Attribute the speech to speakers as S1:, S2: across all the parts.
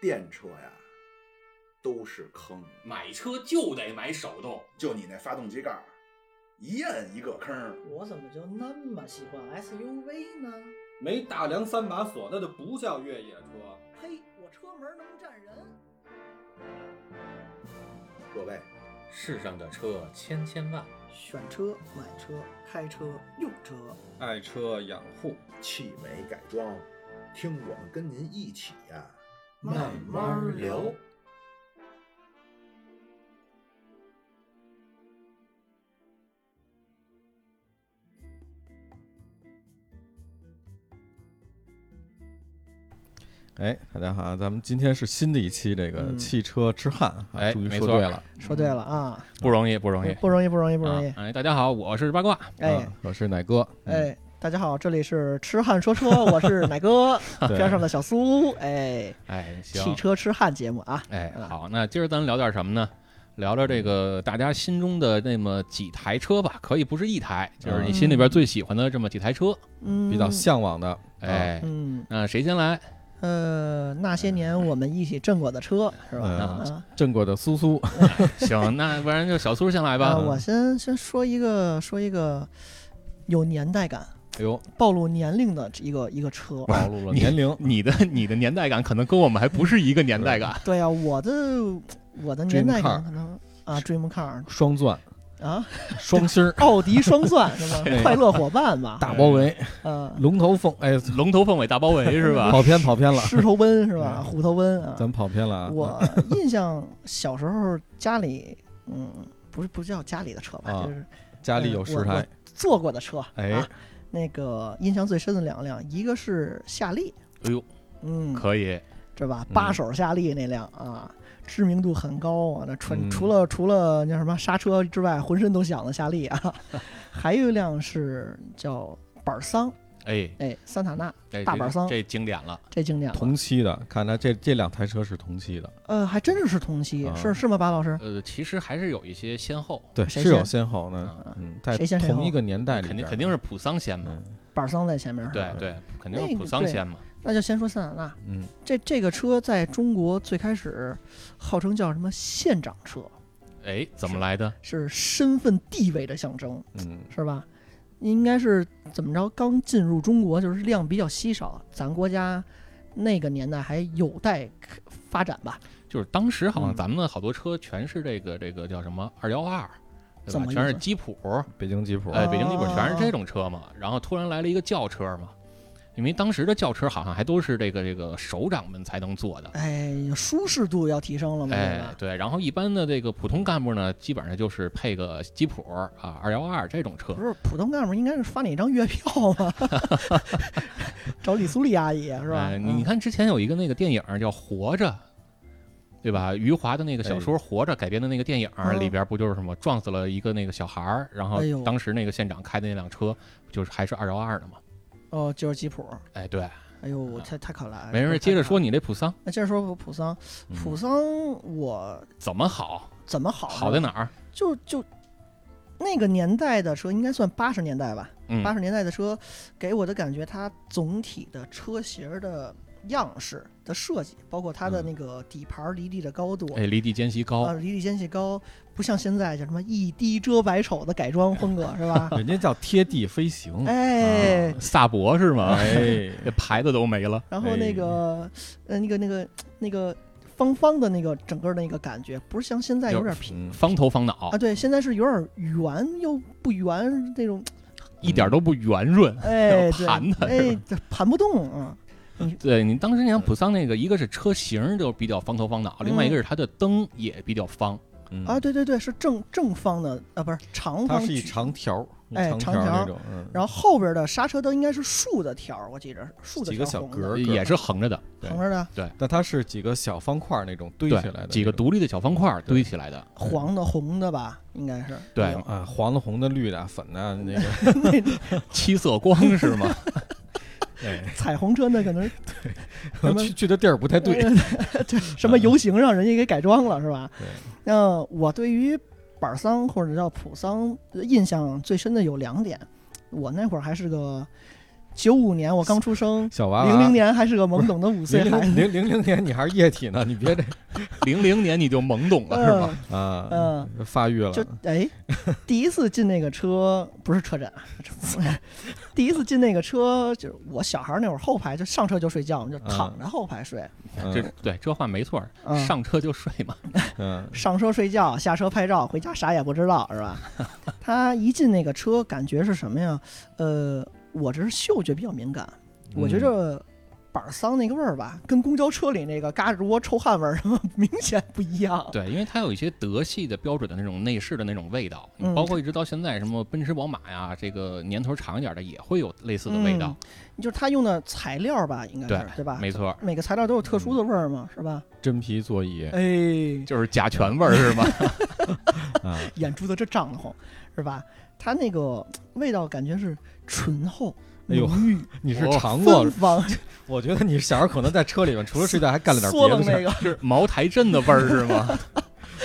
S1: 电车呀，都是坑。
S2: 买车就得买手动，
S3: 就你那发动机盖儿，一摁一个坑儿。
S4: 我怎么就那么喜欢 SUV 呢？
S5: 没大梁三把锁，那就不叫越野车。
S4: 嘿，我车门能站人。
S1: 各位，
S6: 世上的车千千万，
S4: 选车、买车、开车、用车，
S5: 爱车养护，
S1: 汽美改装，听我们跟您一起呀，
S4: 慢慢聊。
S7: 哎，大家好，咱们今天是新的一期这个
S4: 嗯
S7: 汽车之汉，啊
S6: 哎，
S7: 终于
S6: 没
S7: 说
S6: 错
S7: 对了，，
S4: 说对了啊，
S6: 不容嗯易，不容易，
S4: 不容易，不容易，不容易
S6: 啊。哎，大家好，我是八卦，
S4: 哎
S7: 啊我是奶哥，嗯，
S4: 哎，大家好，这里是痴汉说车，我是奶哥，
S7: 对
S4: 边上的小苏。哎，
S6: 哎，行，
S4: 汽车痴汉节目啊，
S6: 哎，
S4: 嗯
S6: 好，那今儿咱聊点什么呢？聊聊这个大家心中的那么几台车吧，可以不是一台，就是你心里边最喜欢的这么几台车。
S4: 嗯，
S7: 比较向往的，
S6: 哎，
S4: 嗯，
S6: 那谁先来？
S4: 呃，那些年我们一起挣过的车是吧？
S6: 嗯
S4: 啊，
S7: 挣过的苏苏，
S6: 行，那不然就小苏先来吧
S4: 啊。
S7: 嗯
S4: 我先先说一个，说一个有年代感、
S7: 哎呦，
S4: 暴露年龄的一个一个车。
S7: 暴露了
S6: 你
S7: 年龄，
S6: 你的你的年代感可能跟我们还不是一个年代感。
S4: 对呀、啊我的我的年代感可能啊，Dream Car
S7: 双钻，
S4: 啊，
S7: 双星 儿，
S4: 奥迪双 钻是吧？快乐伙伴吧，
S7: 大包围，
S4: 呃，
S7: 龙头凤，哎，
S6: 龙头凤尾大包围是吧？
S7: 跑偏跑偏了，
S4: 狮头奔是吧？虎头奔啊
S7: 咱，们跑偏了啊，
S4: 我印象小时候家里，嗯，不是不叫家里的车吧，
S7: 啊
S4: 就是呃
S7: 家里有十
S4: 哎我我
S7: 台，
S4: 坐过的车，
S7: 哎
S4: 啊，那个印象最深的两辆，一个是夏利，
S6: 哎呦，
S4: 嗯，
S6: 可以，
S4: 这吧，
S7: 嗯
S4: 八手夏利那辆啊，知名度很高啊。那纯
S7: 嗯
S4: 除了除了那什么刹车之外，浑身都响的夏利啊， 还有一辆是叫板桑，
S6: 哎，
S4: 哎，桑塔纳
S6: 哎
S4: 大
S6: 这
S4: 板桑
S6: 这经典了。
S4: 这经典了。
S7: 同期的，看来这这两台车是同期的，
S4: 呃，还真是同期，
S7: 啊
S4: 是是吗，巴老师？
S6: 呃，其实还是有一些先后，
S7: 对，
S4: 谁
S7: 是有
S4: 先
S7: 先后呢，
S6: 啊
S7: 嗯，在
S4: 谁先谁后
S7: 同一个年代里
S6: 肯定
S7: 边
S6: 肯定是，普桑先嘛。
S7: 嗯
S4: 板桑在前面是吧？
S6: 对对，肯定
S4: 那
S6: 是
S4: 个
S6: 普桑
S4: 对
S6: 先嘛。
S4: 那就先说桑塔纳，
S7: 嗯，
S4: 这这个车在中国最开始号称叫什么县长车，
S6: 哎，怎么
S4: 是
S6: 来的？
S4: 是身份地位的象征，
S7: 嗯，
S4: 是吧？应该是怎么着？刚进入中国就是量比较稀少，咱国家那个年代还有待可发展吧？
S6: 就是当时好像
S7: 嗯
S6: 咱们的好多车全是这个这个叫什么二幺二，对
S4: 怎
S6: 吧？
S4: 么
S6: 全
S4: 意
S6: 是
S4: 思
S6: 吉普，
S7: 北京吉普，？
S6: 哎，北京吉普
S4: 哦
S6: 全是这种车嘛。然后突然来了一个轿车嘛，因为当时的轿车好像还都是这个这个首长们才能坐的。
S4: 哎，舒适度要提升了嘛，对
S6: 哎
S4: 吧，？
S6: 对，然后一般的这个普通干部呢，基本上就是配个吉普啊、二幺二这种车
S4: 不，是普通干部应该是发你一张月票吗？ 找李苏丽阿姨是吧？
S6: 哎你你
S4: 嗯
S6: 看之前有一个那个电影叫《活着》，对吧？余华的那个小说《活着》改编的那个电影儿
S4: 哎嗯
S6: 里边不就是什么撞死了一个那个小孩儿，然后
S4: 哎呦
S6: 当时那个县长开的那辆车就是还是二幺二的嘛？
S4: 哦，就是吉普，
S6: 哎，对，
S4: 哎呦，太太可来了。
S6: 没
S4: 太
S6: 事，接着
S4: 可
S6: 说
S4: 爱了，
S6: 你这嗯普桑
S4: 那接着说普桑，普桑我
S6: 怎么好，
S4: 怎么好？
S6: 好在？哪儿？
S4: 就就那个年代的车，应该算八十年代吧。
S6: 嗯
S4: 八，十年代的车给我的感觉，它总体的车型的样式的设计，包括它的
S6: 嗯
S4: 那个底盘离地的高度。
S6: 哎，离地间隙
S4: 啊，
S6: 高，
S4: 离地间隙高，不像现在叫什么一滴遮百丑的改装风格是吧
S7: 人家叫贴地飞行，
S4: 哎，
S6: 萨博是吗？
S7: 哎，
S6: 这牌子都没了。
S4: 然后那个，呃，那个那个那个方方的那个整个那个感觉，不是像现在有点平
S7: 嗯，
S6: 方头方脑
S4: 啊，，对，现在是有点圆又不圆那种，
S6: 一点都不圆润。
S4: 哎，对，
S6: 盘的
S4: 哎，这盘不动啊，
S6: 对你当时你看普桑那个，一个是车型儿就比较方头方脑，另外
S4: 嗯
S6: 一个是它的灯也比较方。
S7: 嗯
S4: 啊，，对对对，是正正方的啊，不是长
S7: 它
S4: 方
S7: 是一
S4: 矩
S7: 长条儿，一
S4: 哎
S7: 长
S4: 长
S7: 条儿
S4: 条
S7: 那
S4: 儿
S7: 种，嗯，
S4: 然后后边的刹车灯应该是竖的条儿，我记着是竖的
S7: 几个
S4: 条
S7: 小
S4: 儿红
S7: 格
S4: 的
S7: 儿，
S6: 也是横着的，
S7: 对
S4: 横着的
S7: 但它是几个小方块儿那种堆
S6: 对
S7: 起来的那种，
S6: 几个独立的小方块堆起来的，
S4: 黄的红的吧，应该是
S6: 对，
S7: 啊，黄的、红的、绿的、粉的，啊那 个
S6: 七色光是 吗？哎，
S4: 彩虹车那可能是什么
S7: 去去的地儿不太
S4: 呃
S7: 对，
S4: 对什么游行让人家给改装了是吧
S7: 对？
S4: 那我对于板桑或者叫普桑印象最深的有两点，我那会儿还是个九五年我刚出生，
S7: 小娃娃，
S4: 零零年还是个懵懂的五岁
S7: 零
S4: 孩
S7: 零
S4: 子。
S7: 零零零年你还是液体呢，你 别这
S6: 零零年你就懵懂了是吧？
S4: 嗯，
S7: 啊，
S4: 嗯
S7: 发育了，
S4: 就哎，第一次进那个车不是车展，啊 第一次进那个车就是我小孩那会儿后排就上车就睡觉，
S6: 嗯
S4: 就躺着后排睡，
S7: 嗯
S6: 这对这话没错儿，
S4: 嗯
S6: 上车就睡嘛。
S7: 嗯
S4: 上车睡觉，下车拍照，回家啥也不知道，是吧？ 他一进那个车，感觉是什么呀？呃，我这是嗅觉比较敏感，我觉
S6: 嗯
S4: 着板桑那个味儿吧，跟公交车里那个嘎吱窝臭汗味儿 明显不一样。
S6: 对，因为它有一些德系的标准的那种内饰的那种味道，你
S4: 嗯
S6: 包括一直到现在什么奔驰、宝马呀，这个年头长一点的也会有类似的味道。
S4: 嗯就是他用的材料吧，应该是对
S7: 嗯
S4: 吧？
S6: 没错儿，
S4: 每个材料都有特殊的味儿嘛，是吧？
S7: 真皮座椅
S4: 哎，
S6: 就是甲醛味儿是吗？
S7: 啊，
S4: 眼珠子这涨得红，是吧？它那个味道感觉是醇厚、
S7: 哎呦
S4: 浓郁、哦
S7: 你是
S6: 我
S7: 尝过
S4: 芬？芳，
S7: 我觉得你小时候可能在车里面除了睡觉还干了点
S4: 缩
S7: 别
S4: 楞
S7: 的事
S4: 那
S7: 儿，
S4: 个
S6: 是茅台镇的味儿是吗？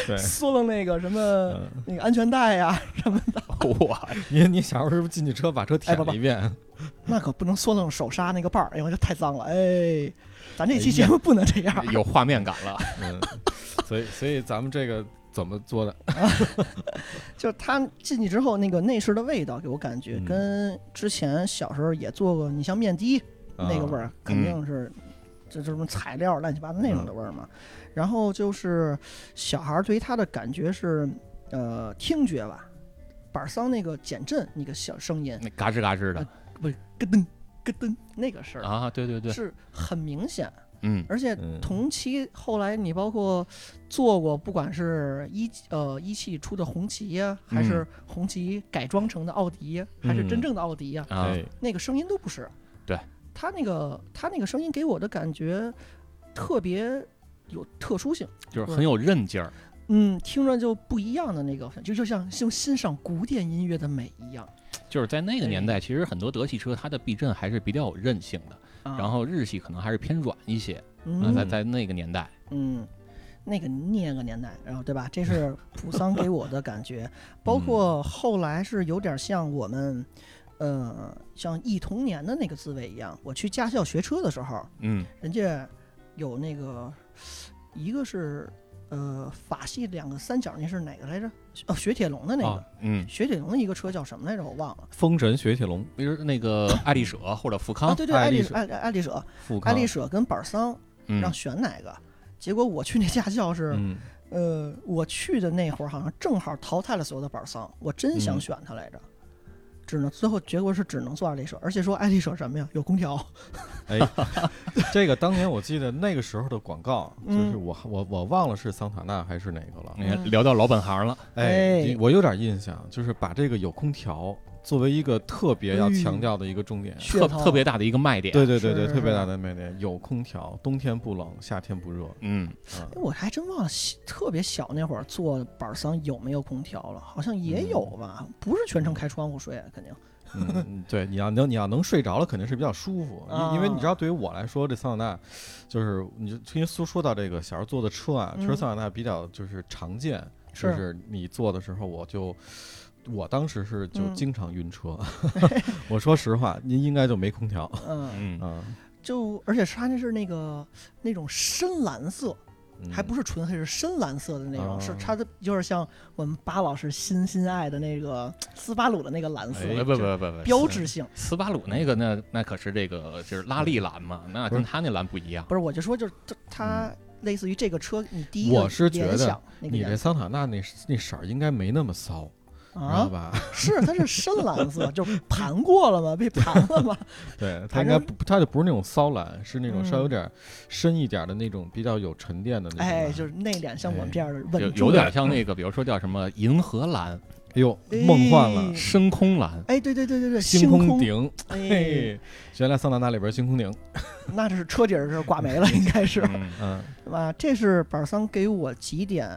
S7: 对，
S4: 缩楞那个什么
S7: 嗯，
S4: 那个安全带呀、什么的，
S6: 哇，
S7: 你你小时候是不是进去车把车
S4: 哎
S7: 舔
S4: 不不
S7: 了一遍？
S4: 那可不能缩楞手刹那个把儿，哎呦，这太脏了，哎，咱这期节目不能这样。
S6: 有画面感了。
S7: 嗯，所以所以咱们这个怎么做的？
S4: 就它进去之后，那个内饰的味道给我感觉
S7: 嗯
S4: 跟之前小时候也做过，你像面的
S7: 啊
S4: 那个味儿，肯定是这这什么材料乱七八糟那种的味儿嘛。然后就是小孩儿对于它的感觉是，呃，听觉吧，板桑那个减震那个小声音，
S6: 那嘎吱嘎吱的
S4: 咯噔咯噔那个声儿
S6: 啊，对对对，
S4: 是很明显。
S6: 嗯，
S4: 而且
S7: 嗯
S4: 同期后来你包括做过，不管是一呃一汽出的红旗呀、还是红旗改装成的奥迪呀、还是真
S7: 嗯
S4: 正的奥迪呀、
S6: 啊，
S7: 哎
S4: 那个声音都不是。
S6: 对，
S4: 他那个他那个声音给我的感觉特别有特殊性，
S6: 就是很有韧劲儿。
S4: 嗯，听着就不一样的那个，就就像就欣赏古典音乐的美一样。
S6: 就是在那个年代，其实很多德系车它的避震还是比较有韧性的，
S4: 啊、
S6: 然，后日系可能还是偏软一些。那
S4: 嗯
S6: 在在那个年代，
S4: 嗯，那个那个年代，然后对吧？这是普桑给我的感 觉，包括后来是有点像我们，呃，像忆童年的那个滋味一样。我去驾校学车的时候，
S6: 嗯，
S4: 人家有那个，一个是呃法系两个三角，那是哪个来着？哦，雪铁龙的那个。
S6: 啊，嗯，
S4: 雪铁龙的一个车叫什么来着？我忘了
S7: 风神雪铁龙、
S6: 比如那 个爱丽舍或者富
S4: 啊！
S6: 康，
S4: 对对，
S7: 爱
S4: 爱
S7: 丽
S4: 丽
S7: 舍
S4: 爱爱丽舍，
S7: 富
S4: 爱
S7: 康，
S4: 丽舍跟板桑
S6: 嗯
S4: 让选哪个？结果我去那驾校是，
S7: 嗯，
S4: 呃，我去的那会儿好像正好淘汰了所有的板桑，我真想选它来着，只能最后结果是只能做爱丽舍，而且说爱丽舍什么呀，有空调，
S7: 哎， 这个当年我记得那个时候的广告，就是
S4: 嗯
S7: 我我我忘了是桑塔纳还是哪个了，
S6: 你看哎聊到老本行了，
S4: 哎
S7: 你我有点印象，就是把这个有空调作为一个特别要
S4: 哎
S7: 强调的一个重点。
S6: 特
S4: 噱头
S6: 特别大的一个卖点。
S7: 对对对对，
S4: 嗯是
S7: 特别大的卖点，有空调，冬天不冷，夏天不热。
S6: 嗯，
S7: 啊
S4: 哎，我还真忘了西特别小那会儿做板桑有没有空调了，好像也有吧，不是全程开窗户睡，啊肯 定。
S7: 嗯，对，你要能你要能睡着了，肯定是比较舒服，因、因为
S4: 啊
S7: 你知道，对于我来说，这桑塔纳就是你就因为说说到这个小时候坐的车啊，其实
S4: 嗯
S7: 桑塔纳比较就是常见，
S4: 是
S7: 就是你坐的时候，我就我当时是就
S4: 嗯
S7: 经常 晕车，我说实话，您应该就没空调
S4: 嗯，
S6: 嗯，
S7: 啊，
S4: 就而且是它那是那个那种深蓝色，
S7: 嗯
S4: 还不是纯黑，是深蓝色的那种，
S7: 啊
S4: 是它的有点像我们巴老师心心爱的那个斯巴鲁的那个蓝色，
S7: 哎
S6: 不嗯不不不不，
S4: 标志性。
S6: 斯巴鲁那个那那可是这个就是拉力蓝嘛，那跟他那蓝不一样。
S4: 不是，我就说就是它它类似于这个车，你第一
S7: 嗯我是觉得
S4: 联想那个
S7: 你这
S4: 颜色
S7: 桑塔纳那那色儿应该没那么骚，知道
S4: 啊，
S7: 吧？
S4: 是它是深蓝色， 就盘过了嘛，被盘了嘛，
S7: 对，它
S4: 反
S7: 应该
S4: 正
S7: 不，它就不是那种骚蓝，是那种稍微有
S4: 嗯
S7: 点儿深一点儿的那种，比较有沉淀的那哎种蓝。
S4: 哎，就是内敛，像我们这样的
S6: 有
S4: 稳
S6: 有
S4: 重
S6: 点
S4: 的，
S6: 像那个，比如说叫什么银河蓝、
S7: 哎呦，梦幻了，
S4: 哎
S6: 深空蓝，
S4: 哎，对对对对对，
S7: 星空
S4: 空，
S7: 顶，
S4: 哎，
S7: 嘿，原来桑塔纳里边儿星空顶，
S4: 那这是车底儿是挂 没了，应该是
S6: 嗯
S7: 嗯
S4: 对吧？这是板桑给我几点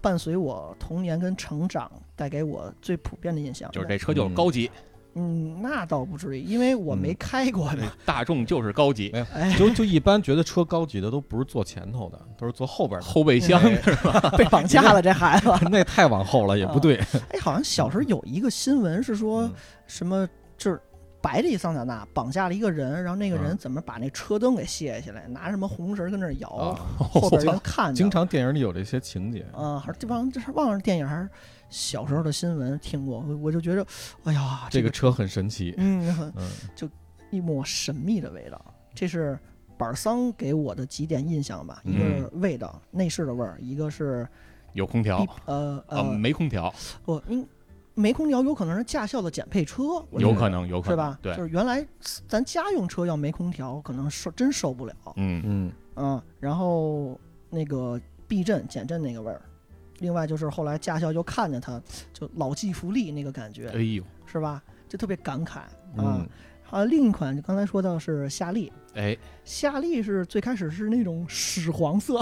S4: 伴随我童年跟成长带给我最普遍的印象，
S6: 就是这车就是高级，
S4: 嗯，那倒不至于，因为我
S7: 嗯
S4: 没开 过嘛，
S6: 大众就是高级，
S4: 哎，
S7: 就就一般觉得车高级的都不是坐前头的，都是坐后边儿
S6: 后备箱是吧？
S4: 被绑架了这孩子。
S7: 的，那太往后了也不对。
S4: 哎，好像小时候有一个新闻是说
S7: 嗯
S4: 什么，就是白的一桑塔纳绑架了一个人，然后那个人
S7: 嗯
S4: 怎么把那车灯给卸下来，拿什么红绳跟那儿摇，
S7: 啊，
S4: 后边人 看着
S7: 经常电影里有这些情节，
S4: 啊，还是这帮这是忘了电影还是小时候的新闻听过，我我就觉得，哎呀，
S7: 这
S4: 个
S7: 个车很神奇。
S4: 嗯，很
S7: 嗯，
S4: 一抹神秘的味道，这是板桑给我的几点印象吧，一个
S6: 嗯
S4: 是味道，内饰的味儿，一个是
S6: 有空调
S4: 一呃
S6: 啊，
S4: 呃，
S6: 没空调，
S4: 我嗯应没空调，有可能是驾校的减配车，我
S6: 有
S4: 觉得
S6: 可能，有可
S4: 是
S6: 能
S4: 吧，？
S6: 对
S4: 就，是原来咱家用车要没空调，可能受真受不了。
S6: 嗯，
S7: 嗯，
S4: 嗯，然后那个避震、减震那个味儿，另外就是后来驾校就看见他，就老骥伏枥那个感觉，
S6: 哎呦，
S4: 是吧？就特别感慨啊
S7: 嗯。
S4: 还有、另一款，就刚才说到是夏利，
S6: 哎，
S4: 夏利是最开始是那种屎黄色，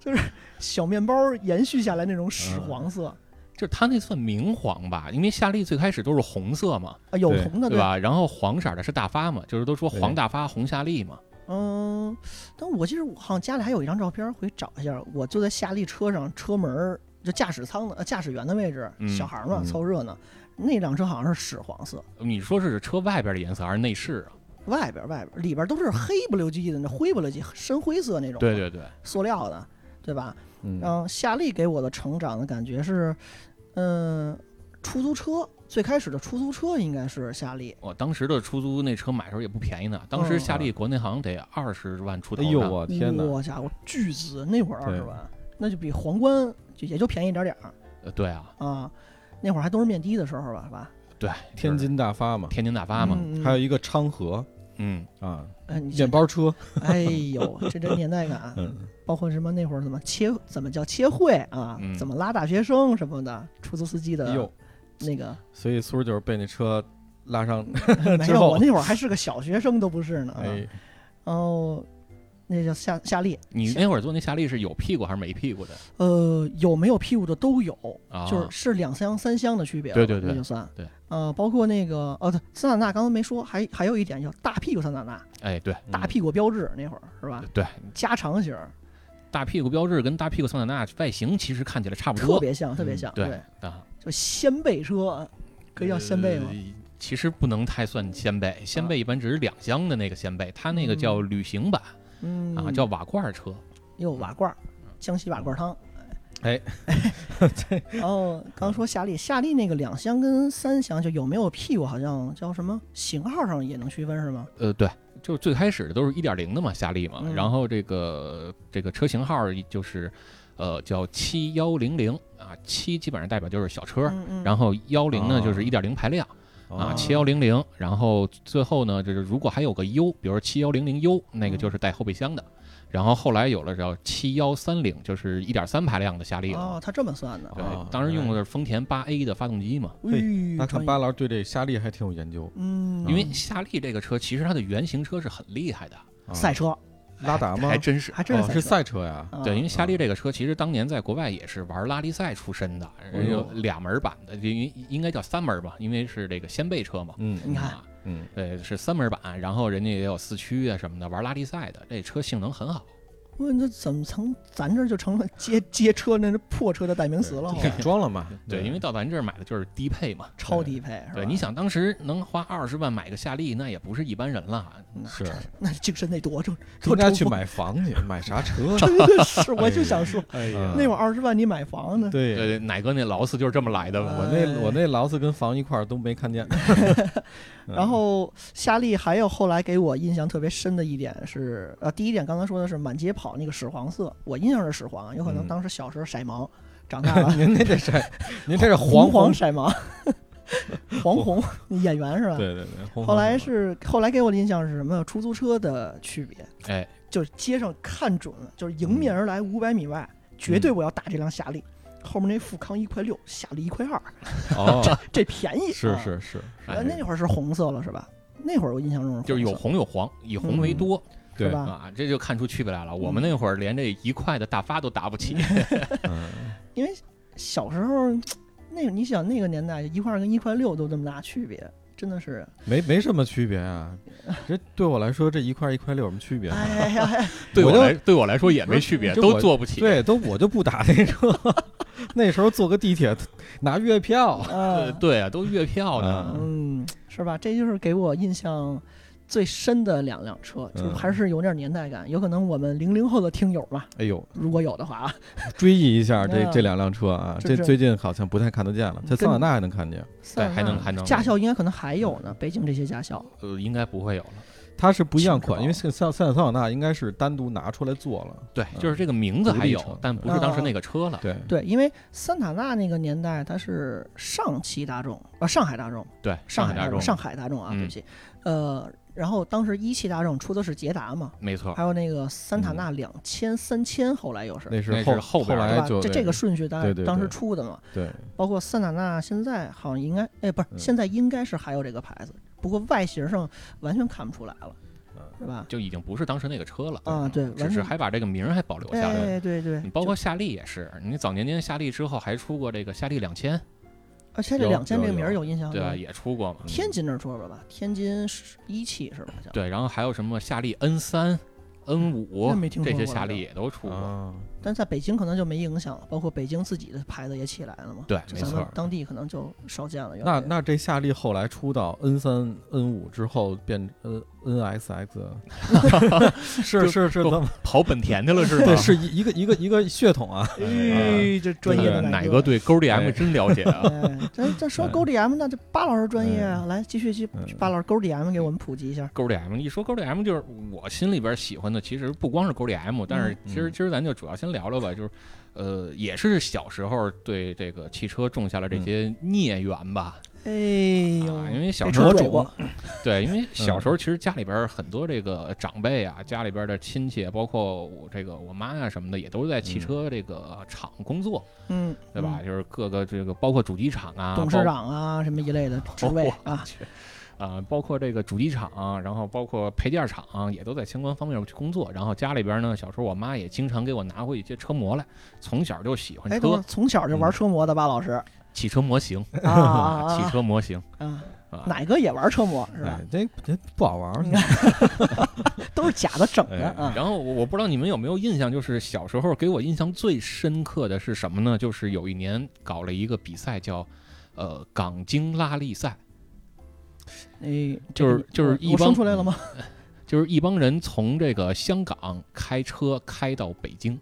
S4: 就是小面包延续下来那种屎黄色
S6: 就是它那算明黄吧，因为夏利最开始都是红色嘛，
S4: 啊，有
S7: 对
S4: 红的
S6: 对？吧？然后黄色的是大发嘛，就是都说黄大发、红夏利嘛，
S4: 嗯，但我记得我好像家里还有一张照片，回去找一下。我坐在夏利车上，车门儿就驾驶舱的呃驾驶员的位置，
S6: 嗯
S4: 小孩儿嘛
S7: 嗯
S4: 凑热闹。那辆车好像是屎黄色，
S6: 你说是车外边的颜色还是内饰啊？
S4: 外边儿外边儿里边儿都是黑不溜叽的，那灰不溜叽，深灰色那种，
S6: 对，对对，
S4: 塑料的，对吧？
S7: 嗯
S4: 然后夏利给我的成长的感觉是，嗯、出租车最开始的出租车应该是夏利，
S6: 我当时的出租那车买的时候也不便宜呢，当时夏利国内好像得二十万出头
S7: 哎
S6: 呢。
S7: 呦我天哪，
S4: 嗯我家伙巨资，那会儿二
S7: 对
S4: 十万，那就比皇冠就也就便宜一点点儿。
S6: 呃对啊，
S4: 啊，那会儿还都是面的的时候吧，是吧？
S6: 对，
S7: 天津大发嘛，
S6: 天津大啊发嘛，
S4: 嗯
S7: 还有一个昌河
S6: 嗯，
S7: 啊，
S4: 哎，你这
S7: 面，包车，
S4: 哎呦，这这年代感，
S7: 嗯，
S4: 包括什么那会儿怎么切，怎么叫切会啊，
S6: 嗯
S4: 怎么拉大学生什么的，出租司机
S7: 哎
S4: 的
S7: 呦，
S4: 那个，
S7: 所以苏就是被那车拉上，
S4: 没
S7: 之
S4: 有，
S7: 后
S4: 我那会儿还是个小学生都不是呢。啊
S7: 哎，
S4: 然后那叫夏夏利，
S6: 你那会儿坐那夏利是有屁股还是没屁股的？
S4: 呃，有没有屁股的都有，
S6: 啊，
S4: 就是是两厢三厢的区别了，
S6: 对对对
S4: 那就算
S6: 对，
S4: 呃，包括那个哦，对，桑塔纳刚才没说，还还有一点叫大屁股桑塔纳，
S6: 哎，对
S4: 大屁股标志那会儿是吧？
S6: 对，
S4: 加长型儿，
S6: 大屁股标志跟大屁股桑塔纳外形其实看起来差不
S4: 特
S6: 多
S4: 别像，特别
S7: 嗯
S4: 像，
S6: 对
S4: 对，
S6: 啊，
S4: 就掀背车，可以叫掀背吗？啊
S6: 呃？其实不能太算掀背，掀背一般只是两厢的那个掀背，它那个叫旅行版
S4: 嗯
S6: 啊，叫瓦罐车。
S4: 又瓦罐儿，江西瓦罐儿汤。
S7: 哎，
S4: 然后刚说夏利，夏利那个两厢跟三厢就有没有屁股，好像叫什么型号上也能区分是吗？
S6: 呃，对，就是最开始的都是一点零的嘛，夏利嘛，
S4: 嗯
S6: 然后这个这个车型号就是，呃，叫七幺零零啊，七基本上代表就是小车，
S4: 嗯嗯。
S6: 然后幺零呢
S7: 啊
S6: 就是一点零排量啊，
S4: 哦
S6: 七幺零零，然后最后呢就是如果还有个 U，比如七幺零零 U 那个就是带后备箱的，然后后来有了叫七幺三零，就是一点三排量的夏利了。
S4: 哦，它这么算的。
S6: 对
S7: 哦，
S6: 当时用的是丰田八 A 的发动机嘛，
S7: 嘿
S4: 哎
S7: 那看
S4: 专业
S7: 巴老师对这夏利还挺有研究，
S4: 嗯，
S6: 因为夏利这个车其实它的原型车是很厉害的，
S7: 啊
S4: 赛车
S7: 拉达吗
S6: 还？真是
S4: 还真
S7: 哦
S4: 赛车。
S7: 是赛车呀，
S4: 啊
S6: 嗯对，因为夏利这个车其实当年在国外也是玩拉力赛出身的，
S7: 哎
S6: 有
S7: 呦
S6: 俩门版的，应应该叫三门吧，因为是这个掀背车嘛。
S7: 嗯，
S4: 你看
S6: 啊，
S7: 嗯，
S6: 对，是三门版，然后人家也有四驱啊什么的，玩拉力赛的，这车性能很好。
S4: 问这怎么从咱这儿就成了街街车那是破车的代名词了？后来
S7: 改装了嘛？
S6: 对，因为到咱这儿买的就是低配嘛。
S4: 超低配是吧？
S6: 对，你想当时能花二十万买个夏利，那也不是一般人了。
S4: 那
S7: 是
S4: 嗯那精神得多重？
S7: 应该
S4: 多
S7: 去
S4: 抽风
S7: 买房去，买啥车？
S4: 是，我就想 说，
S6: 哎
S7: 呀
S4: 那会儿二十万你买房呢，
S7: 对，
S6: 对，奶哥那劳斯就是这么来的嘛。
S7: 我
S4: 哎
S7: 那我那劳斯跟房一块儿都没看见。嗯
S4: 然后夏利还有后来给我印象特别深的一点是，呃，第一点刚才说的是满街跑那个屎黄色，我印象是屎黄，有可能
S7: 嗯
S4: 当时小时候色盲，长 大了
S7: 您那这是，您这是
S4: 黄
S7: 黄
S4: 黄色盲，黄红演员是吧？
S7: 对对对，黄
S4: 后来
S7: 黄
S4: 是后来给我的印象是什么？出租车的区别，
S6: 哎，
S4: 就是街上看准了，就是迎
S7: 嗯
S4: 面而来五百米外，绝对我要打这辆夏利。后面那富康一块六，夏利一块 二，
S7: 哦，
S4: 这便宜
S7: 是
S4: 啊
S7: 是是，
S4: 呃，那会儿是红色了是吧？那会儿我印象中是
S6: 哎就是有
S4: 色
S6: 红有黄，以红为
S7: 嗯
S6: 多、
S7: 对
S4: 是吧？
S6: 啊，这就看出区别来了。我们那会儿连这一块的大发都打不起。
S7: 嗯，
S4: 因为小时候，那个你想那个年代一块儿跟一块六都这么大区别，真 的是，
S7: 没没什么区别啊。这对我来说，这一块一块六有什么区别？啊
S4: 哎呀呀，哎
S6: 对
S7: 我
S6: 我
S7: 就
S6: 来对我来说也没区别，
S7: 不是
S6: 都
S7: 我
S6: 坐不起。
S7: 对，都我就不打那车， 那时候坐个地铁拿月票，
S6: 呃，
S4: 啊，
S6: 对啊，都月票呢。
S7: 嗯
S4: 嗯，是吧？这就是给我印象最深的两辆车，就
S7: 嗯
S4: 还是有点年代感。有可能我们零零后的听友嘛，
S7: 哎呦，
S4: 如果有的话啊，
S7: 追忆一下这
S4: 嗯
S7: 这两辆车啊，
S4: 这
S7: 这
S4: 这
S7: 最近好像不太看得见了，在
S4: 跟
S7: 桑塔纳还能看见。
S6: 对，
S4: 塞
S6: 还能
S4: 纳
S6: 还能嗯
S4: 驾校应该可能还有呢，北京这些驾校。
S6: 呃应该不会有了。
S7: 它是不一样
S4: 是吧
S7: 款，因为现在桑桑塔纳应该是单独拿出来做了。
S6: 对，
S7: 嗯
S6: 就是这个名字
S7: 独
S6: 还
S7: 立
S6: 有
S7: 车，
S6: 但不是当时那个车了。
S7: 对，
S4: 对，因为桑塔纳那个年代，它是上汽大众啊，上海大众，
S6: 对，
S4: 上
S6: 海
S4: 海
S6: 大众，
S4: 上海大众啊，对
S6: 嗯
S4: 不起，呃，然后当时一汽大众出的是捷达嘛，
S6: 没错
S4: 还。有那个桑塔纳两千、三千，后来又是，
S7: 那是
S6: 那是
S7: 后
S6: 后边儿
S4: 对
S7: 来
S4: 吧？
S7: 就
S4: 这这个顺序大概
S7: 对对对
S4: 当时出的嘛，
S7: 对
S4: 包括桑塔纳现在好像应该，哎，不是，
S7: 嗯
S4: 现在应该是还有这个牌子，不过外形上完全看不出来了，是吧？
S6: 就已经不是当时那个车了
S4: 啊对
S6: 只
S4: 完
S6: 是
S4: 全
S6: 还把这个名儿还保留下来。
S4: 哎，对对，
S6: 你包括
S4: 就
S6: 夏利也是，你早年间夏利之后还出过这个夏利两千，
S4: 而且这
S7: 有
S4: 两千
S7: 有
S4: 这个名儿
S7: 有
S4: 有印象
S6: 对啊吧？
S4: 吗？
S6: 也出过嘛。
S4: 啊天津那儿出的吧，天津是一汽是吧？好像
S6: 对，然后还有什么夏利 N 三、N 五
S4: 那没听说
S6: 这
S4: 过
S6: 些夏利也都出过。
S7: 啊，
S4: 但在北京可能就没影响了，包括北京自己的牌子也起来了嘛。
S6: 对，
S4: 就
S6: 没
S4: 咱
S6: 错
S4: 们
S6: 儿。
S4: 当地可能就少见了。越来
S7: 那
S4: 越
S7: 那这夏利后来出到 N 三 N 五之后变呃 NSX，是是是，
S6: 不
S7: 咱们
S6: 跑本田去了是嗯
S7: 对是一一个一个一个血统啊，
S4: 哎，这专业的
S6: 对
S4: 奶
S6: 哪
S4: 哥
S6: 个？对勾 DM
S7: 哎
S6: 真了解啊？
S4: 哎， 咱咱说
S7: 嗯
S4: 勾 DM，那这巴老师专业
S6: 哎
S4: 啊，来继续去
S7: 嗯
S4: 巴老师勾 DM 给我们普及一下。
S6: 勾 DM 一说勾 DM 就是我心里边喜欢的，其实不光是勾 DM，但是其实
S7: 嗯
S6: 今儿咱就主要先聊聊吧，就是呃，也是小时候对这个汽车种下了这些孽缘吧，
S4: 嗯哎
S6: 啊
S4: 呦，
S6: 因为小
S4: 被
S6: 时候
S4: 车嗯
S7: 车
S4: 怼
S7: 种
S4: 过，
S6: 对，因为小时候其实家里边儿很多这个长辈啊，家里边儿的亲戚，啊包括我这个我妈呀、啊什么的，也都在汽车这个厂工作，
S4: 嗯，
S6: 对吧？
S4: 嗯？
S6: 就是各个这个包括主机厂啊，
S4: 董
S6: 包
S4: 事长啊，什么一类的职位
S6: 哦
S4: 啊，
S6: 啊、包括这个主机厂啊、然后包括配件厂啊、也都在相关方面去工作。然后家里边呢，小时候我妈也经常给我拿回一些车模来，从小就喜欢
S4: 哎，等会儿
S6: 车，
S4: 从小就玩车模的巴 老师
S6: 汽车模型
S4: 啊啊
S6: 汽
S4: 啊
S6: 车模型
S4: 啊啊，
S6: 啊。
S4: 哪个也玩车模是吧嗯
S7: 哎？，这这不好玩儿，
S4: 都是假的整的
S7: 哎
S4: 啊。
S6: 然后我我不知道你们有没有印象，就是小时候给我印象最深刻的是什么呢？就是有一年搞了一个比赛叫，呃，港京拉力赛，
S4: 哎，这
S6: 就是
S4: 个
S6: 就是
S4: 我
S6: 一
S4: 我
S6: 帮嗯
S4: 生出来了吗？
S6: 就是一帮人从这个香港开车开到北京，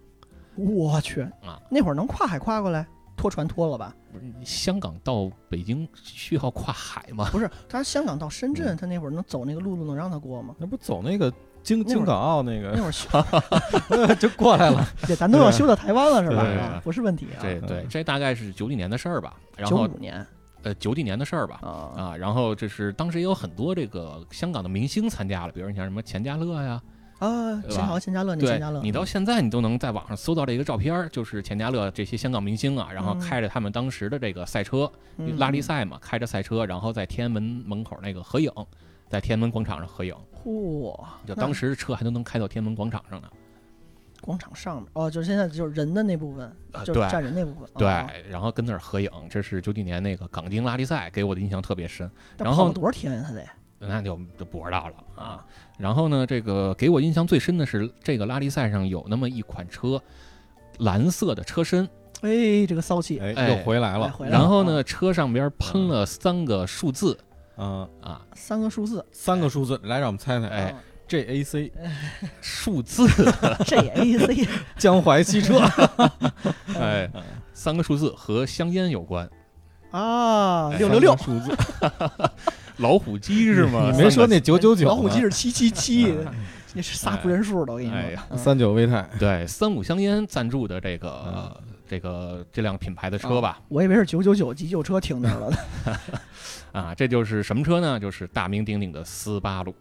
S4: 我去
S6: 啊！
S4: 那会儿能跨海跨过来，拖船拖了吧？
S6: 香港到北京需要跨海吗？
S4: 不是，他香港到深
S6: 嗯
S4: 圳，他那会儿能走那个陆路能让他过吗？
S7: 那不走那个京
S4: 那会儿
S7: 京港澳那
S4: 那
S7: 个
S4: 会儿修
S7: 就过来了，
S4: 对，咱都要修到台湾了是吧？
S6: 对对
S4: 啊不是问题啊。
S6: 对对，这大概是九几年的事儿吧。然
S4: 九
S6: 后
S4: 五年
S6: 呃，九几年的事儿吧。
S4: 啊，
S6: 啊，然后这是当时也有很多这个香港的明星参加了，比如你像什么钱嘉乐呀，
S4: 啊，
S6: 对吧
S4: 钱好钱嘉乐，那
S6: 对
S4: 钱嘉乐，
S6: 你到现在你都能在网上搜到这个照片儿，就是钱嘉乐这些香港明星啊，然后
S4: 嗯
S6: 开着他们当时的这个赛车，
S4: 嗯
S6: 拉力，赛嘛，开着赛车，然后在天安门门口那个合影，在天安门广场上合影，
S4: 嚯，
S6: 就
S4: 那
S6: 当时车还都能开到天安门广场上呢。
S4: 广场上面哦，就是现在就是人的那部分，
S6: 啊
S4: 就是
S6: 对
S4: 站人那部分。
S6: 对
S7: 哦
S4: 啊，
S6: 然后跟那儿合影，这是九几年那个港京拉力赛给我的印象特别深，
S4: 那
S6: 然
S4: 跑
S6: 后
S4: 了多少天呀？啊他得
S6: 那就就不知道了啊。然后呢，这个给我印象最深的是这个拉力赛上有那么一款车，蓝色的车身，
S4: 哎，这个骚气，
S6: 哎
S7: 哎，又回来
S4: 哎
S7: 了，
S4: 回来了
S6: 然后呢，车上边喷了三个数字
S7: 嗯，
S6: 啊，
S4: 三个数字，
S7: 三个数字，来让我们猜啊猜
S6: 哎，
S7: ，JAC
S6: 数字，
S4: 这也 A C
S7: 江淮汽 车，
S6: 哎，
S7: 嗯
S6: 三个数字和香烟有关，
S4: 啊，
S6: 哎
S4: 六六六，
S7: 三 个数字，
S6: 老虎机 是吗？
S7: 你没说那
S6: 三
S7: 九九九，
S4: 哎老虎机是七七七，
S7: 啊
S4: 那是仨不认数的，我跟你
S6: 个，嗯哎
S4: 说。
S6: 呀，
S4: 嗯
S7: 三九微泰，
S6: 对，三五香烟赞助的这个
S7: 嗯
S6: 这个这辆品牌的
S7: 哦
S6: 车吧，
S4: 我以为是九九九急救车停那 儿了呢。
S6: 啊，这就是什么车呢？就是大名鼎鼎的斯巴鲁。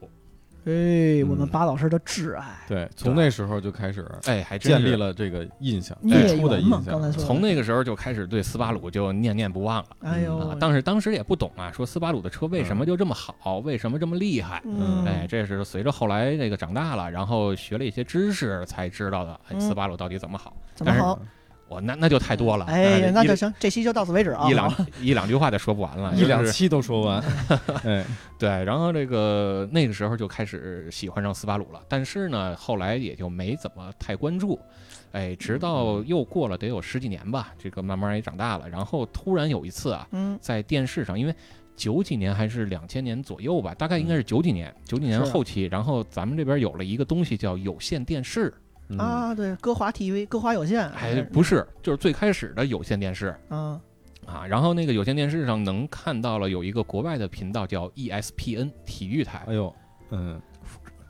S4: 哎，我
S6: 嗯
S4: 们巴老师的挚爱，
S7: 对，从那时候就开始
S6: 哎，还真
S7: 建
S6: 是
S7: 立了这个印象，
S4: 孽
S7: 最初的
S4: 缘
S7: 印
S4: 嘛
S7: 象，
S4: 刚才说
S6: 从那个时候就开始对斯巴鲁就念念不忘了。
S4: 哎呦
S6: 啊，，当时当时也不懂啊，说斯巴鲁的车为什
S7: 嗯
S6: 么就这么好，为什么这么厉害？
S4: 嗯，
S6: 哎，这是随着后来这个长大了，然后学了一些知识才知道的，哎，
S4: 嗯
S6: 斯巴鲁到底怎么好？
S4: 怎么好？
S6: 我那啊那就太多了，
S4: 哎呀，那
S6: 一
S4: 就行，这期就到此为止啊。
S6: 一两一两句话就说不完了，
S7: 啊一两
S6: 就是
S7: 期都说完，
S4: 嗯
S7: 哎，
S6: 对，然后这个那个时候就开始喜欢上斯巴鲁了，但是呢，后来也就没怎么太关注，哎，直
S4: 嗯
S6: 到又过了得有十几年吧，这个慢慢也长大了，然后突然有一次啊，
S4: 嗯
S6: 在电视上，因为九几年还是两千年左右吧，大概应该是九几年，九几年
S4: 嗯是啊
S6: 后期，然后咱们这边有了一个东西叫有线电视，
S7: 嗯，
S4: 啊，对，歌华 TV、歌华有线，
S6: 还哎不是，
S4: 哎
S6: 就是最开始的有线电视
S4: 啊，
S6: 啊。然后那个有线电视上能看到了有一个国外的频道叫 E ESPN 体育台
S7: 哎，呦，嗯，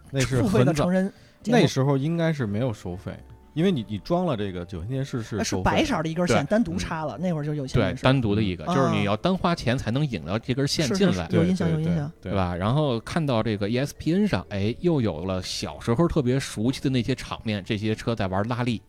S7: 那是
S4: 付费的
S7: 很早
S4: 成，人节目
S7: 那时候应该是没有收费，因为你你装了这个九线电视是
S4: 哎是
S7: 收费
S4: 白
S7: 的
S4: 色的一根线
S6: 对嗯
S4: 单独插了，那会儿就有线
S6: 对
S4: 电，视
S6: 单独的一个，就是你要单花钱才能引到这根线
S4: 嗯哦是
S6: 进
S4: 是是
S6: 来。
S4: 有
S7: 对
S4: 印象
S7: 对
S4: 有印
S7: 对
S4: 象
S7: 对
S6: 对？吧？然后看到这个 ESPN 上，哎，又有了小时候特别熟悉的那些场面，这些车在玩拉力，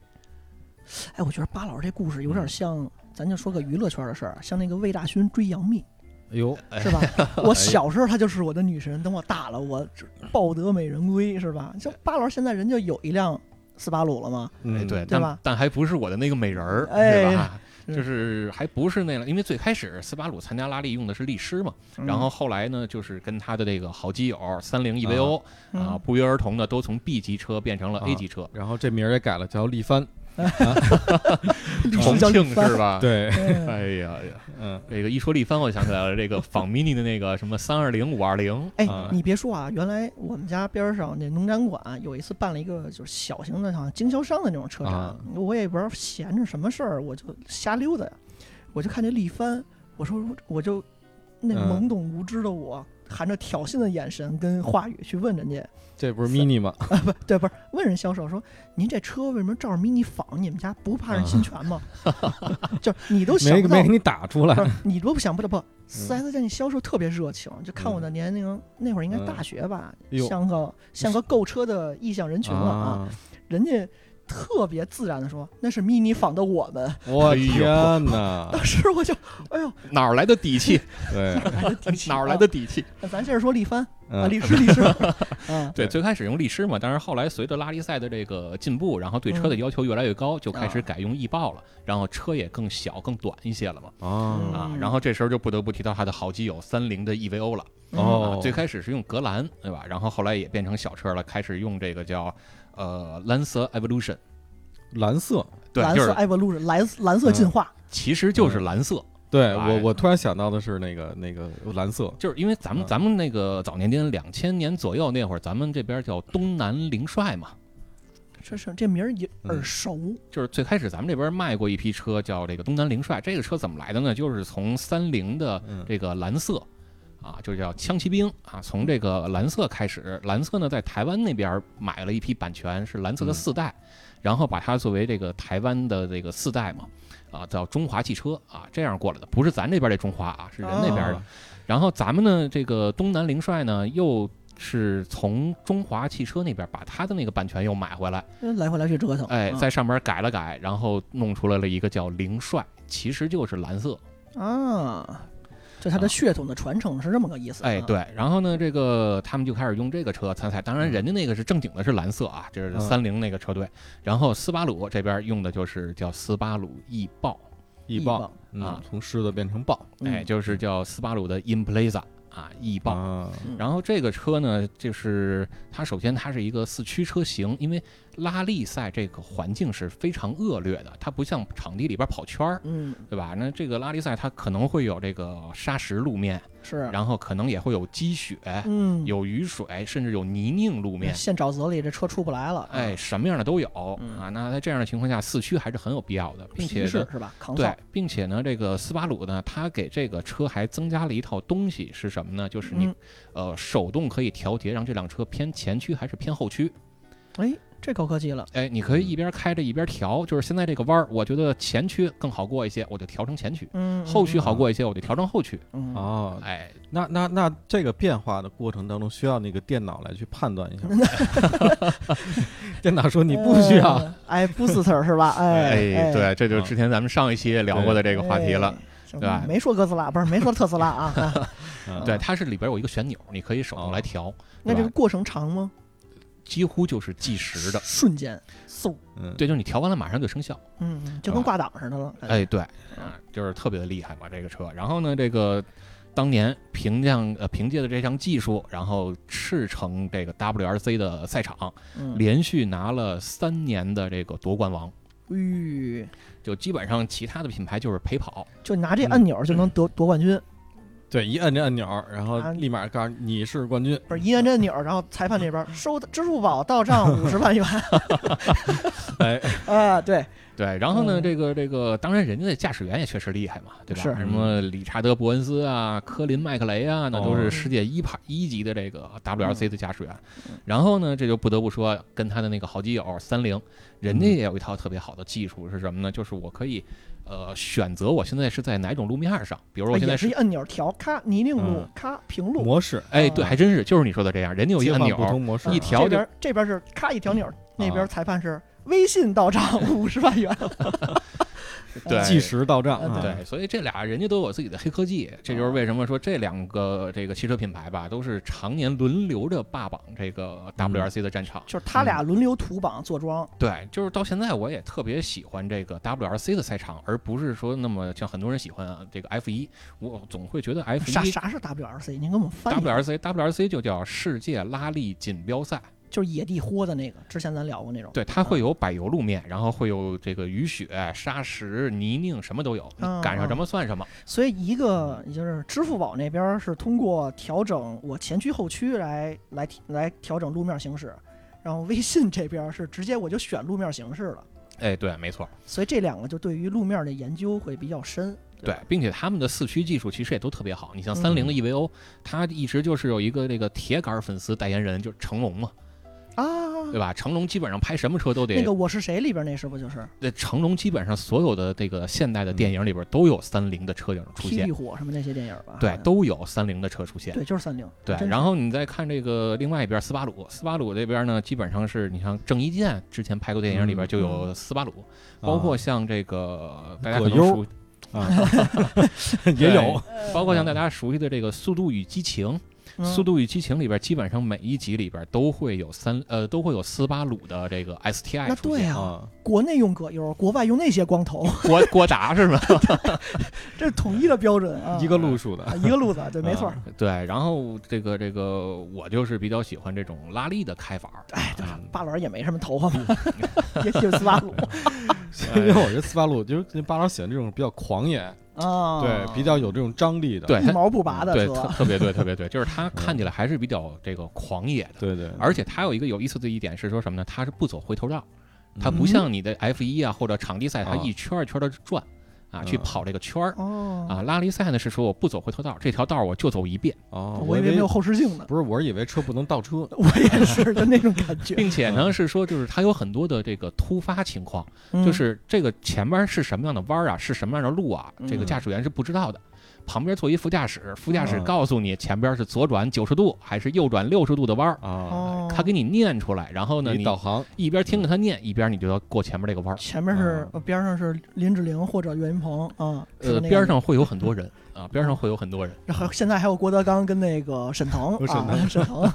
S4: 哎，我觉得巴老师这故事有点
S6: 嗯
S4: 像，咱就说个娱乐圈的事儿，像那个魏大勋追杨幂，
S7: 哎呦，
S4: 是吧？我小时候她就是我的女神，等我大了，我抱得美人归，是吧？像巴老师现在人就有一辆斯巴鲁了嘛，
S6: 哎，
S7: 嗯，
S6: 对，
S4: 对
S6: 但
S4: 吧
S6: 但还不是我的那个美人儿，
S4: 哎
S6: 是吧？
S4: 是
S6: 就是还不是那个，因为最开始斯巴鲁参加拉力用的是力狮嘛，
S4: 嗯
S6: 然后后来呢，就是跟他的这个好基友三菱 EVO
S4: 嗯
S6: 啊，不约而同的都从 B 级车变成了
S7: 啊
S6: A 级车，
S7: 然后这名儿也改了，叫力帆。
S4: 历
S6: 重
S4: 史叫
S6: 庆
S4: 一番
S6: 是吧？。
S7: 对，
S4: 哎
S6: 哎呀哎呀，
S7: 嗯，
S6: 这个一说力帆，我想起来了，这 个仿 mini 的那个什么三二零、五二零，
S4: 哎
S7: 啊，
S4: 你别说啊，原来我们家边儿上那农展馆有一次办了一个就是小型的，好像经销商的那种车展，
S7: 啊
S4: 我也不知道闲着什么事儿，我就瞎溜达，我就看这力帆，我说我就那
S7: 嗯
S4: 懵懂无知的我，含着挑衅的眼神跟话语去问人家，
S7: 这不是 mini 吗？
S4: 对，不是问人销售说，您这车为什么照着 mini 仿？你们家不怕人侵权吗？ 就是你都想
S7: 啊没
S4: 不到
S7: 没给你打出来
S4: 不。是你都不想不
S6: 嗯
S4: 不四 S 店那销售特别热情，就看我的年龄，那会儿应该
S6: 嗯
S4: 大学吧，
S7: 哎呦
S4: 像个像个购车的意向人群了啊，
S7: 啊！
S4: 人家特别自然的说那是 mini 仿的我 们，
S7: 我
S6: 哎呦
S7: 天 哪！
S4: 当时我就哎哦呦，
S6: 哪儿来的底 气？
S7: 对，
S6: 哪儿来的底气？
S4: 那咱接着说力帆啊，
S7: 嗯
S4: 力狮力狮， 嗯，
S6: 对，
S7: 对
S6: 最开始用力狮嘛，但是后来随着拉力赛的这个进步，然后对车的要求越来越高，
S4: 啊
S6: 就开始改用翼豹了，然后车也更小、更短一些了嘛。
S7: 啊，
S6: 啊，
S4: 嗯
S6: 然后这时候就不得不提到他的好基友三菱的 EVO 了。啊
S7: 哦，
S6: 最开始是用格兰，对吧？然后后来也变成小车了，开始用这个叫呃蓝色 Evolution，
S7: 蓝色。
S6: 对，
S4: 蓝
S6: 就
S4: 色哎
S6: 是
S4: evolution 蓝蓝色进化，
S6: 其实就是蓝色，
S7: 对
S6: 哎
S7: 我，我突然想到的是那个那个蓝色，
S6: 就是因为咱们
S7: 嗯
S6: 咱们那个早年间两千年左右那会儿，咱们这边叫东南凌帅嘛，
S4: 这是这名儿也
S7: 嗯
S4: 耳熟，
S6: 就是最开始咱们这边卖过一批车，叫这个东南凌帅。这个车怎么来的呢？就是从三菱的
S7: 嗯
S6: 这个蓝色，啊，就叫枪骑兵啊，从这个蓝色开始。蓝色呢，在台湾那边买了一批版权，是蓝色的四代，然后把它作为这个台湾的这个四代嘛，啊，叫中华汽车啊，这样过来的，不是咱这边的中华啊，是人那边的。
S7: 啊
S6: 然后咱们呢，这个东南凌帅呢，又是从中华汽车那边把他的那个版权又买回来。
S4: 嗯来回来去折腾，
S6: 哎，
S4: 嗯
S6: 在上面改了改，然后弄出来了一个叫凌帅，其实就是蓝色。
S4: 嗯啊，就它的
S6: 啊
S4: 血统的传承是这么个意思，
S6: 哎，
S4: 啊，
S6: 对，然后呢，这个他们就开始用这个车参赛，当然人家那个是正经的是蓝色啊，这是
S7: 嗯
S6: 三菱那个车队。然后斯巴鲁这边用的就是叫斯巴鲁翼豹，
S7: 易
S4: 易
S7: 豹
S4: 豹
S6: 啊
S7: 嗯，从狮子变成豹
S4: 嗯
S6: 哎，就是叫斯巴鲁的 Impreza 啊，翼豹。
S7: 啊，
S6: 然后这个车呢，就是它首先它是一个四驱车型，因为拉力赛这个环境是非常恶劣的，它不像场地里边跑圈儿，
S4: 嗯，
S6: 对吧？那这个拉力赛它可能会有这个砂石路面，
S4: 是，
S6: 然后可能也会有积雪、
S4: 啊嗯，
S6: 有雨水，甚至有泥泞路面。
S4: 陷沼泽里这车出不来了，啊
S6: 哎，，什么样的都有
S4: 嗯
S6: 啊！那在这样的情况下，四驱还是很有必要的，并且
S4: 皮
S6: 呢
S4: 是，是吧？抗
S6: 对
S4: 造，，
S6: 并且呢，这个斯巴鲁呢，它给这个车还增加了一套东西，是什么呢？就是你
S4: 嗯
S6: 呃手动可以调节，让这辆车偏前驱还是偏后驱。
S4: 哎，这高科技了，
S6: 哎，你可以一边开着一边调，就是现在这个弯儿，我觉得前驱更好过一些，我就调成前驱；
S4: 嗯，
S6: 后驱好过一些，我就调成后驱。
S4: 嗯，嗯，
S7: 哦，
S6: 哎，
S7: 那那那这个变化的过程当中，需要那个电脑来去判断一下吗。 电脑说你不需要，
S4: 呃，哎，不死词儿是 吧？哎，，
S6: 对，嗯这就是之前咱们上一期聊过的这个话题了。
S4: 行
S6: 对吧
S4: 没说哥斯拉，不是没说特斯 拉啊，啊
S7: 嗯
S6: 对，它是里边有一个旋钮，你可以手动来调，
S4: 那这
S6: 对
S4: 个
S6: 吧？
S4: 过程长吗？
S6: 几乎就是计时的。
S4: 瞬间，嗖，
S7: 嗯，
S6: 对，就是你调完了马上就生效。
S4: 嗯，就跟挂档似的了，感觉
S6: 啊哎，，对，啊，就是特别的厉害吧这个车。然后呢，这个当年凭借呃凭借着这项技术，然后赤城这个 WRC 的赛场，
S4: 嗯，
S6: 连续拿了三年的这个夺冠王，
S4: 吁，哎
S6: 就基本上其他的品牌就是陪跑。嗯
S4: 就拿这按钮就能得夺冠军，
S7: 对，一摁这按钮，然后
S4: 啊
S7: 立马告诉你你是冠军。
S4: 不是一按这钮儿，然后裁判那边儿收支付宝到账五十万 元
S7: 哎，
S4: 啊，对，
S6: 对，然后呢，
S4: 嗯
S6: 这个这个，当然人家的驾驶员也确实厉害嘛，对吧？
S4: 是
S6: 什么理查德·伯恩斯啊、科林·麦克雷啊，那都
S7: 哦
S6: 是世界一排一级的这个 WRC 的驾驶员。然后呢，这就不得不说跟他的那个好基友三菱，人家也有一套特别好的技术是什么呢？就是我可以。呃，选择我现在是在哪种路面上，比如我现在
S4: 哎也
S6: 是
S4: 是一按钮调，咔泥泞路
S7: 嗯，
S4: 咔平路，
S7: 模式
S6: 哎，对，还真是，就是你说的这样，人家有一
S7: 切
S6: 按
S7: 换
S6: 钮
S7: 不，同模式，啊
S6: 一
S4: 呃这
S6: 条就嗯啊
S4: 边这边是咔一条钮儿，那边裁判是微信到 账五十万元，
S6: 对
S7: 计时到账。
S4: 啊
S7: 啊
S6: 对，所以这俩人家都有自己的黑科技，这就是为什么说这两个这个汽车品牌吧，都是常年轮流着霸榜这个 WRC 的战场。
S4: 就是他
S6: 嗯
S4: 俩轮流图榜坐庄，
S6: 对，就是到现在我也特别喜欢这个 WRC 的赛场，而不是说那么像很多人喜欢啊这个 F 一，我总会觉得 F
S4: 啥
S6: 一。
S4: 啥是 WRC？您给我们翻译，
S6: WRC WRC 就叫世界拉力锦标赛，
S4: 就是野地豁的那个，之前咱聊过那种，
S6: 对，它会有柏油路面，然后会有这个雨雪、沙石、泥泞，什么都有，你
S4: 嗯
S6: 赶上
S4: 嗯
S6: 什么算什么。
S4: 所以一个也就是支付宝那边是通过调整我前驱后驱来来提来调整路面行驶，然后微信这边是直接我就选路面形式了，
S6: 哎，对，没错。
S4: 所以这两个就对于路面的研究会比较深。
S6: 对，并且他们的四驱技术其实也都特别好。你像三菱
S4: 嗯
S6: 的 E EVO，它一直就是有一个这个铁杆粉丝代言人，就是成龙嘛，
S4: 啊，
S6: 对吧？成龙基本上拍什么车都
S4: 那
S6: 得
S4: 个，我是谁里边那是不就是
S6: 呃成龙基本上所有的这个现代的电影里边都有三菱的车影出
S4: 霹雳
S6: 现，
S4: 火什么那些电影吧？好
S6: 对，
S4: 像
S6: 都有三菱的车出现。
S4: 啊对，就是三菱。
S6: 对，
S4: 真是
S6: 然后你再看这个另外一边斯巴鲁，斯巴鲁这边呢，基本上是你像郑伊健之前拍过电影里边就
S4: 嗯
S6: 有斯巴鲁，
S4: 啊
S6: 包括像这个大家可能
S7: 葛优
S6: 熟，
S7: 啊 也有
S6: 包括像大家熟悉的这个《速度与激情》。
S4: 嗯
S6: 《速度与激情》里边，基本上每一集里边都会有三呃都会有斯巴鲁的这个 STI
S4: 那
S6: 出
S4: 对
S6: 现，
S4: 啊，
S7: 啊，
S4: 国内用葛优，国外用那些 光头，
S6: 郭郭达是吗？
S4: 这是统一的标准啊。
S7: 一个路数
S4: 啊
S7: 的，
S4: 一个路子， 对，没错。
S6: 对，然后这个这个我就是比较喜欢这种拉力的开法儿，
S4: 哎，对吧？巴伦也没什么头发嘛，
S6: 嗯
S4: 也就斯巴鲁
S7: 因为我觉得斯巴鲁就是那巴老喜欢这种比较狂野，
S4: 啊，
S7: 对，比较有这种张力的，
S6: 对
S4: 一
S6: 它
S4: 毛不拔的
S6: 对
S4: 车
S6: 特，特别对特别对，就是他看起来还是比较这个狂野的，
S7: 对对，
S6: 而且他有一个有意思的一点是说什么呢？他是不走回头道，他不像你的 F 一啊或者场地赛，他
S7: 啊
S6: 一圈儿一圈的转啊去
S7: 嗯
S6: 跑这个圈儿
S4: 哦，
S6: 啊，拉力赛呢是说我不走回头道，这条道我就走一遍。
S7: 哦，
S4: 我以为没有，后视镜呢，
S7: 不是，我是以为车不能 倒车，
S4: 我也是就那种感觉，
S6: 并且呢是说，就是它有很多的这个突发情况，
S4: 嗯
S6: 就是这个前边是什么样的弯儿啊，是什么样的路啊，这个
S7: 嗯
S6: 驾驶员是不知道的。旁边坐一副驾驶，副驾
S4: 哦
S6: 驶
S7: 嗯
S6: 告诉你前边是左转九十度还是右转六十度的弯儿，
S7: 啊，
S4: 哦，
S6: 他给你念出来，然后呢，
S7: 你
S6: 你
S7: 导航
S6: 一边听着他念，一边你就要过前面这个弯儿。
S4: 前面是呃边上是林志玲或者岳云鹏啊，是
S6: 啊呃，
S4: 那个
S6: 边，上会有很多 人啊，边上会有很多人。
S4: 然后现在还有郭德纲跟那个沈腾
S6: 呃
S7: 有沈
S4: 啊，沈腾，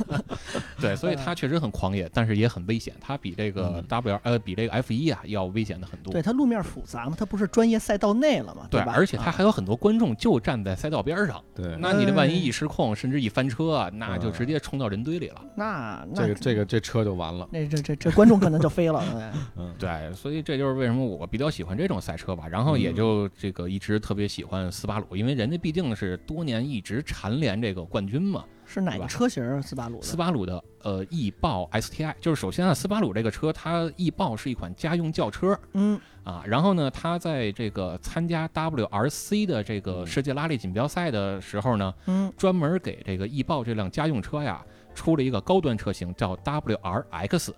S6: 对，
S4: 嗯
S6: 所以它确实很狂野，但是也很危险。它比这个 W 呃比这个 F 一啊要危险的很多。
S4: 对他路面复杂嘛，他不是专业赛道内了嘛，
S6: 对，
S4: 吧？啊
S6: 而且它还有很多观众就站在赛道边儿上。
S7: 对。
S6: 那你这万一一失控，甚至一翻车啊，那就
S7: 嗯
S6: 直接冲到人堆里了。
S4: 那那
S7: 这个这个这车就完了，
S4: 那这这这观众可能就飞了， 哎
S7: 嗯，
S6: 对，所以这就是为什么我比较喜欢这种赛车吧。然后也
S7: 嗯
S6: 就这个一直特别喜欢斯巴鲁，因为人家毕竟是多年一直蝉联这个冠军嘛。
S4: 是哪
S6: 对
S4: 个
S6: 吧
S4: 车型啊？斯巴鲁的
S6: 斯巴鲁的呃翼豹 STI，就是首先啊，斯巴鲁这个车它翼豹是一款家用轿车
S4: 嗯
S6: 啊。然后呢，它在这个参加 WRC 的这个
S7: 嗯
S6: 世界拉力锦标赛的时候呢，
S4: 嗯，
S6: 专门给这个翼豹这辆家用车呀出了一个高端车型，叫 WRX。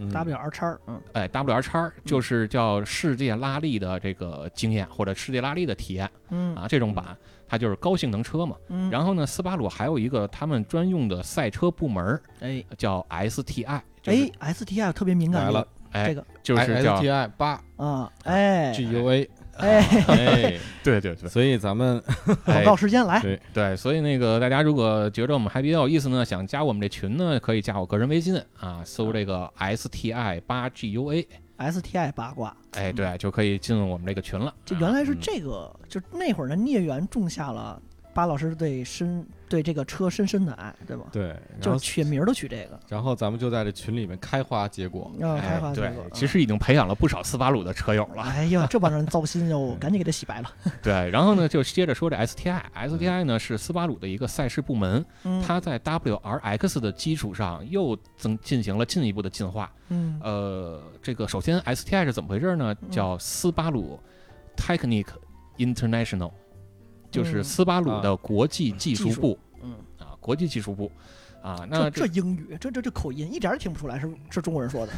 S7: 嗯
S4: W R 叉，嗯，
S6: 哎，W R 叉就是叫世界拉力的这个经验或者世界拉力的体验
S4: 嗯
S6: 啊，这种版它就是高性能车嘛。
S4: 嗯，
S6: 然后呢，斯巴鲁还有一个他们专用的赛车部门儿
S4: 哎
S6: 叫 S T I，
S4: 哎，S T I 特别敏感
S7: 来了，
S6: 哎
S4: 这个
S6: 就是叫
S7: STI 八
S4: 啊，哎
S7: GUA，
S4: 哎，
S7: 哎，
S6: 对对对
S7: 所以咱们
S4: 广
S6: 哎
S4: 告时间来，
S7: 对
S6: 对，所以那个大家如果觉得我们还比较有意思呢，想加我们这群呢，可以加我个人微信啊，搜这个
S4: 嗯
S6: S T I 八 G U A，
S4: STI 八卦，
S6: 哎，对，就可以进我们这个群了。
S4: 这原来是
S7: 嗯
S4: 这个，就那会儿呢，聂远种下了巴老师对深对这个车深深的爱，对吗？
S7: 对，然
S4: 就
S7: 后
S4: 取名儿都取这个，
S7: 然后咱们就在这群里面开花结果，
S4: 啊，
S6: 哎
S4: 开花结
S6: 对
S4: 果，
S6: 其实已经培养了不少斯巴鲁的车友了。嗯
S4: 哎呀，这帮人糟心 哟，我赶紧给他洗白了。
S6: 对，然
S4: 嗯
S6: 后呢，就接着说这 STI，STI 呢是斯巴鲁的一个赛事部门，
S4: 嗯，
S6: 它在 WRX 的基础上又增进行了进一步的进化。
S4: 嗯
S6: 呃，这个首先 STI 是怎么回事呢
S4: 嗯？
S6: 叫斯巴鲁 Technic International，就是
S4: 嗯
S6: 斯巴鲁的国际技术部
S4: 嗯，
S6: 啊，国际技术部啊。那
S4: 这这英语，这这这口音一点儿也听不出来是是中国人说的，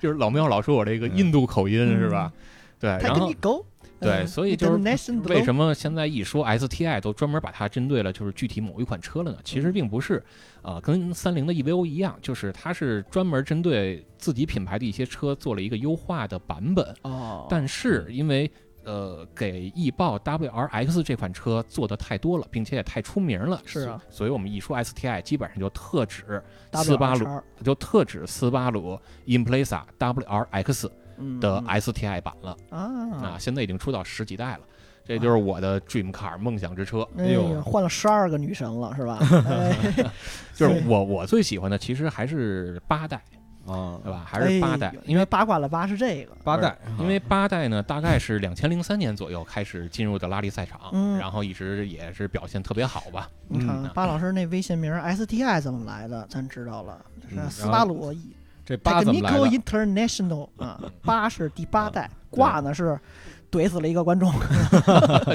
S6: 就是老喵老说我这个印度口音
S4: 嗯
S6: 是吧？对，哎
S4: 他
S6: 然
S4: 跟
S6: 后
S4: 你狗。
S6: 对
S4: 嗯
S6: 所以就是
S4: international
S6: 为什么现在一说 STI 都专门把它针对了，就是具体某一款车了呢？其
S4: 嗯
S6: 实并不是，啊，跟三菱的 EVO 一样，就是它是专门针对自己品牌的一些车做了一个优化的版本。
S4: 哦，
S6: 但是因为呃给易豹 WRX 这款车做的太多了，并且也太出名了，
S4: 是啊
S6: 所，所以我们一说 STI 基本上就特指斯巴鲁
S4: WRX
S6: 就特指斯巴鲁 Impreza WRX
S4: 嗯
S6: 的
S4: 嗯
S6: STI 版了。啊，
S4: 啊，
S6: 现在已经出到十几代了，这就是我的 dream car 梦想之车。
S4: 哎
S7: 哎呦
S4: 呀，换了十二个女神了 是吧？哎
S6: 就是我我最喜欢的其实还是八代，
S7: 啊
S6: 对吧？还是八代
S4: 哎呦，嗯
S6: 因为
S4: 八卦了八是这个，
S7: 八代，啊
S6: 因为八代呢，大概是两千零三年左右开始进入的拉力赛场，
S4: 嗯
S6: 然后一直也是表现特别好吧。
S4: 你看啊
S6: 嗯
S4: 巴老师那微信名 STI 怎么来的，咱知道了，这是
S7: 嗯
S4: 斯巴鲁
S7: 这八怎么来
S4: Technical
S7: 的？
S4: International 啊，八是第八代，
S6: 嗯
S4: 挂呢是怼死了一个观众，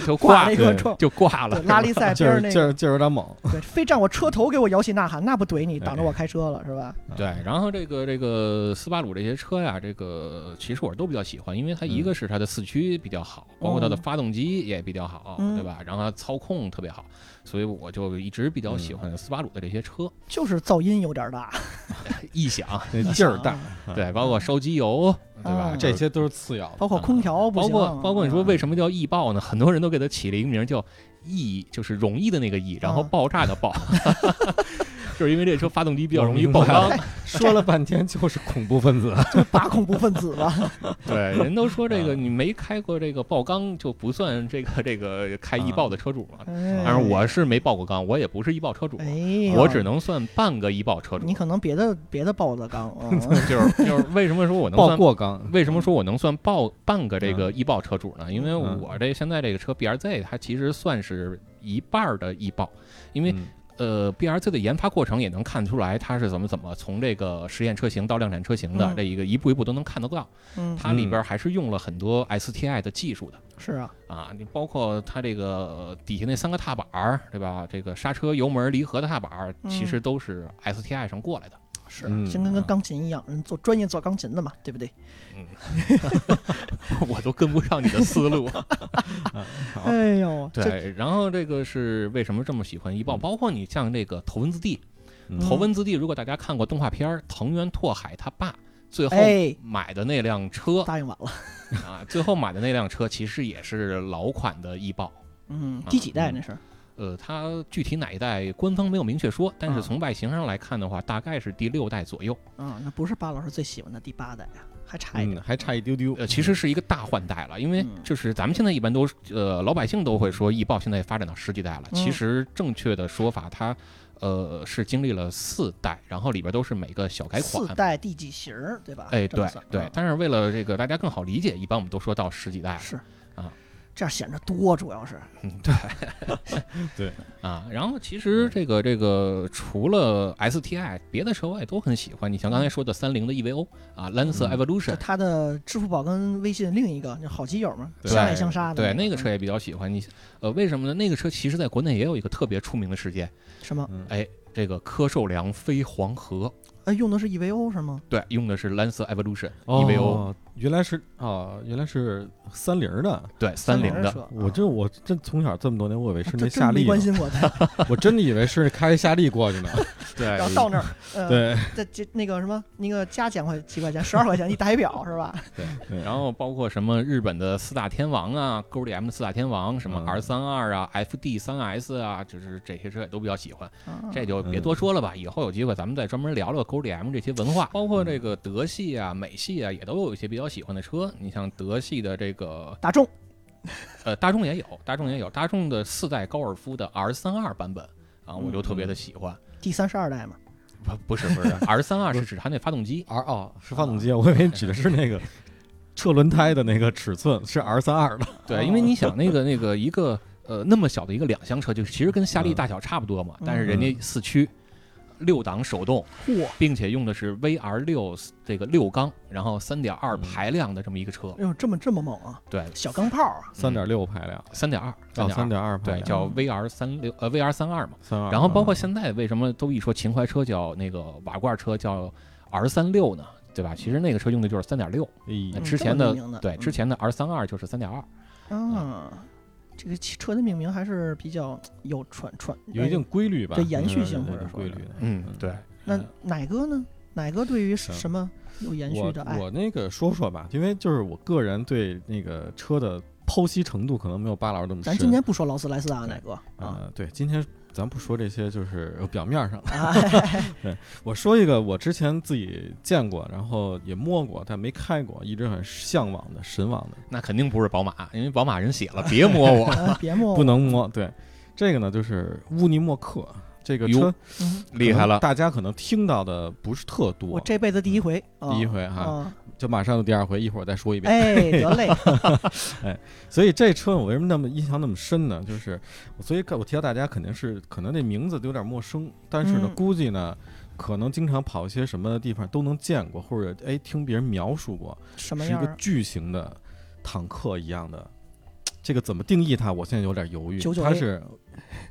S6: 就
S4: 挂
S6: 挂
S4: 了
S6: 了，
S4: 一个观众，
S6: 就挂了
S4: 对。拉力赛
S7: 啊劲
S4: 边儿
S7: 儿
S4: 那
S7: 劲
S4: 个，
S7: 儿劲儿有点猛，
S4: 对，非站我车头给我摇旗呐喊，那不怼你，
S6: 哎
S4: 挡着我开车了是吧？
S6: 对，然后这个这个斯巴鲁这些车呀，这个其实我都比较喜欢，因为它一个是它的四驱比较好，包括它的发动机也比较好，
S4: 嗯
S6: 对吧？然后它操控特别好，所以我就一直比较喜欢斯巴鲁的这些车。
S4: 就是噪音有点大，
S6: 异响，
S7: 那劲 儿
S4: 嗯
S7: 大，
S6: 对，包括烧机油，对吧
S4: 啊？
S7: 哦这些都是次要的。
S4: 包括空调不
S6: 啊包
S4: 行，啊
S6: 括包括你说为
S4: 么？
S6: 什么叫易爆呢？很多人都给它起了一个名儿叫易，就是容易的那个易，然后
S4: 啊
S6: 爆炸的爆， 就是因为这车发动机比较容易爆
S7: 我明
S6: 缸
S7: 白了。 说了半天就是恐怖分子，
S4: 把恐怖分子啊 吧，
S6: 对，人都说这个
S7: 啊
S6: 你没开过这个爆缸就不算这个 这个开易爆的车主了。
S4: 但
S6: 当然我是没爆过缸，我也不是易爆车主，
S4: 啊哎呀，
S6: 我只能算半个易爆车主
S4: 你。可能别的别的豹子刚， 嗯
S6: 就是就是为什么说我能
S7: 爆
S6: 算？
S7: 过缸，
S6: 为什么说我能算爆半个这个易爆车主呢？因为我这现在这个车 BRZ 它其实算是一半儿的易爆，因为
S7: 嗯
S6: 呃 BRZ 的研发过程也能看出来它是怎么怎么从这个实验车型到量产车型的
S4: 嗯
S6: 这一个一步一步都能看得到。
S4: 嗯，
S6: 它里边儿还是用了很多 STI 的技术的。
S4: 是啊，
S6: 啊，你包括它这个呃底下那三个踏板儿，对吧？这个刹车、油门、离合的踏板儿，其
S4: 嗯
S6: 实都是 STI 上过来的。
S4: 是
S7: 嗯
S4: 先跟跟钢琴一样，人做专业做钢琴的嘛，对不对？
S6: 我都跟不上你的思 路。
S7: 好
S4: 哎呦，这
S6: 对，然后这个是为什么这么喜欢易
S4: 嗯
S6: 爆？包括你像这个头文字 D，
S7: 嗯
S6: 头文字 D，如果大家看过动画片儿，藤原拓海他爸最后
S4: 哎
S6: 买的那辆车
S4: 答应晚了，
S6: 啊，最后买的那辆车其实也是老款的易爆。
S4: 嗯，第几代那是？
S6: 呃，它具体哪一代官方没有明确说，但
S4: 啊
S6: 是从外形上来看的话，大概是第六代左右。
S4: 啊，那不是巴老师最喜欢的第八代啊，还差一
S7: 嗯，
S4: 点，
S7: 还差一丢丢。
S6: 呃，其实是一个大换代了，因为
S4: 嗯
S6: 就是咱们现在一般都呃，老百姓都会说易豹现在发展到十几代了，其
S4: 嗯
S6: 实正确的说法它。呃，是经历了四代，然后里边都是每个小改款
S4: 四。代第几型儿，对吧？
S6: 哎，
S4: 这么
S6: 对
S4: 算
S6: 对
S4: 啊，
S6: 但是为了这个大家更好理解，一般我们都说到十几代了
S4: 是
S6: 啊，
S4: 这样显着多，主要是
S6: 啊。然后其实这个这个除了 STI，别的车我也都很喜欢。你像
S4: 嗯
S6: 刚才说的三菱的 EVO 啊，蓝色
S7: 嗯
S6: Evolution，
S4: 就他的支付宝跟微信另一个那好基友嘛，
S7: 对
S4: 相爱相杀的，嗯
S6: 对那个车也比较喜欢。你呃，为什么呢？那个车其实在国内也有一个特别出名的事件，
S4: 什么？
S7: 嗯
S6: 哎，这个柯受良飞黄河，
S4: 哎，用的是 EVO 是吗？
S6: 对，用的是蓝色 Evolution
S7: 哦
S6: EVO，
S7: 原来是啊，原来是三菱的。
S6: 对，三菱的。
S4: 车，
S7: 我
S4: 啊
S7: 这我真从小这么多年，我以为是
S4: 啊
S7: 那
S4: 这
S7: 夏
S4: 真没
S7: 利
S4: 关
S7: 呢，
S4: 心我的，
S6: 啊
S7: 我真的以为是开夏利过去呢。
S6: 对
S4: 然后到那儿，呃，
S7: 对，
S4: 这这那个什么，那个加减块几块钱，十二块钱一台表 是吧？
S6: 然后包括什么日本的四大天王啊勾 o d m 的四大天王，什么
S7: 嗯
S6: R 三二啊、FD 三 S 啊，就是这些车也都比较喜欢。
S4: 啊
S6: 这就别多说了吧，以后有机会咱们再专门聊聊 GoDM 这些文化，包括这个德系啊、美系啊，也都有一些比较喜欢的车。你像德系的这个
S4: 大众
S6: 呃，大众也有，大众也有，大众的四代高尔夫的 R 三二版本啊，我就特别的喜欢。
S4: 第三十二代嘛，
S6: 不不是 不是，R 三二是指它那发动机，
S7: R 哦是发动机，我以为你指的 是那个车轮胎的那个尺寸是 R 三二的，
S6: 对，因为你想那个那个一个呃那么小的一个两厢车，就是其实跟夏利大小差不多嘛，但是人家四驱。六档手动，
S4: 嚯，
S6: 并且用的是 VR 六这个六缸，然后三点二排量的这么一个车，
S4: 哎呦，这么这么猛啊！
S6: 对，
S4: 小钢炮啊，
S7: 三点六排量，
S6: 三点二，
S7: 哦三
S6: 点
S7: 点二排
S6: 对，
S7: 量，哦
S6: 叫 VR 三六呃 VR 三二嘛。
S7: 三二，
S6: 然后包括现在为什么都一说情怀车叫那个瓦罐车叫 R 三六呢？对吧？其实那个车用的就是三点六，
S7: 哎
S6: 那
S4: 嗯
S6: 之
S4: 这
S6: 前
S4: 么
S6: 的
S4: 命名的
S6: 对
S4: 嗯
S6: 之前的 R 三二就是三点二，嗯
S4: 啊，这个汽车的命名还是比较有传传
S7: 有一定规律吧，
S4: 对延续性
S7: 嗯
S4: 或者
S7: 有
S4: 说
S7: 规律的，
S6: 嗯对，
S4: 那奶哥呢？奶哥对于
S7: 是
S4: 什么有延续的爱
S7: 我？我那个说说吧，因为就是我个人对那个车的剖析程度可能没有巴老师这么深。
S4: 咱今天不说劳斯莱斯啊，
S7: 对
S4: 奶哥啊，
S7: 呃，对，今天咱不说这些，就是表面上的。
S4: 啊。
S7: 我说一个我之前自己见过，然后也摸过，但没开过，一直很向往的、神往的，
S6: 那肯定不是宝马，因为宝马人写了， 别摸我
S4: 哎别摸我
S7: 不。能摸。对，这个呢就是乌尼默克这个
S6: 哟
S7: 车，
S4: 嗯
S6: 厉害了
S7: 大家可能听到的不是特多
S4: 我。这辈子第一回，啊
S7: 嗯第一回哈、
S4: 啊，
S7: 就马上就第二回，一会儿再说一遍。
S4: 哎，得嘞，
S7: 所以这车我为什么那么印象那么深呢？就是，所以我提到大家肯定是可能这名字有点陌生，但是呢，
S4: 嗯
S7: 估计呢，可能经常跑一些什么地方都能见过，或者哎听别人描述过，
S4: 什么
S7: 是一
S4: 样
S7: 个
S4: 儿？啊
S7: 巨型的坦克一样的。这个怎么定义它？我现在有点犹豫。
S4: 99A
S7: 它是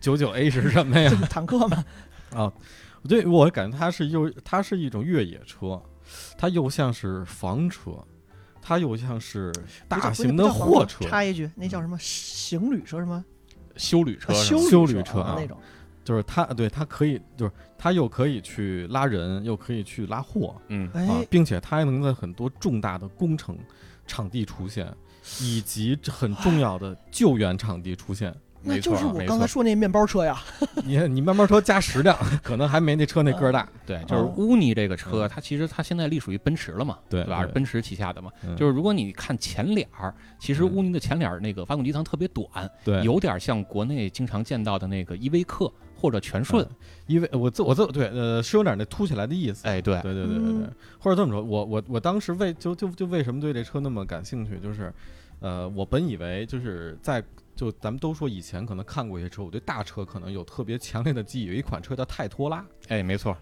S7: 九九 A 是什么呀
S4: 这？不坦克嘛，
S7: 啊，对我感觉它是又它是一种越野车，它又像是房车，它又像是
S4: 不叫
S7: 大
S4: 不
S7: 型
S4: 叫不叫
S7: 的货
S4: 房
S7: 车。
S4: 插一句，那叫什么行旅车什么
S6: 修旅车
S4: 啊
S6: 是吧
S7: 修
S4: 旅
S7: 旅车
S4: 啊
S7: 啊
S4: 那种，
S7: 就是它，对它可以，就是它又可以去拉人，又可以去拉货
S6: 嗯，
S7: 啊
S4: 哎，，
S7: 并且它还能在很多重大的工程场地出现，以及很重要的救援场地出现。
S4: 那
S6: 没
S4: 就
S6: 错
S4: 是我
S6: 没
S4: 刚才
S6: 错，
S4: 说那面包车呀，
S7: 你你慢慢说加十辆，可能还没那车那个儿大。
S6: 对，就是乌尼这个车，它其实它现在隶属于奔驰了嘛，
S7: 对
S6: 吧？
S7: 对
S6: 奔驰旗下的嘛，
S7: 嗯
S6: 就是如果你看前脸儿，其实乌尼的前脸儿那个发动机舱特别短，
S7: 对，嗯
S6: 有点像国内经常见到的那个依维柯或者全顺
S7: 顺，，因为我自我自对呃是有点那凸起来的意思。
S6: 哎，对，
S7: 对对对
S4: 嗯
S7: 对对，或者这么说，我我我当时为就就就为什么对这车那么感兴趣，就是，呃，我本以为就是在就咱们都说以前可能看过一些车，我对大车可能有特别强烈的记忆，有一款车叫泰托拉，
S6: 哎，没错，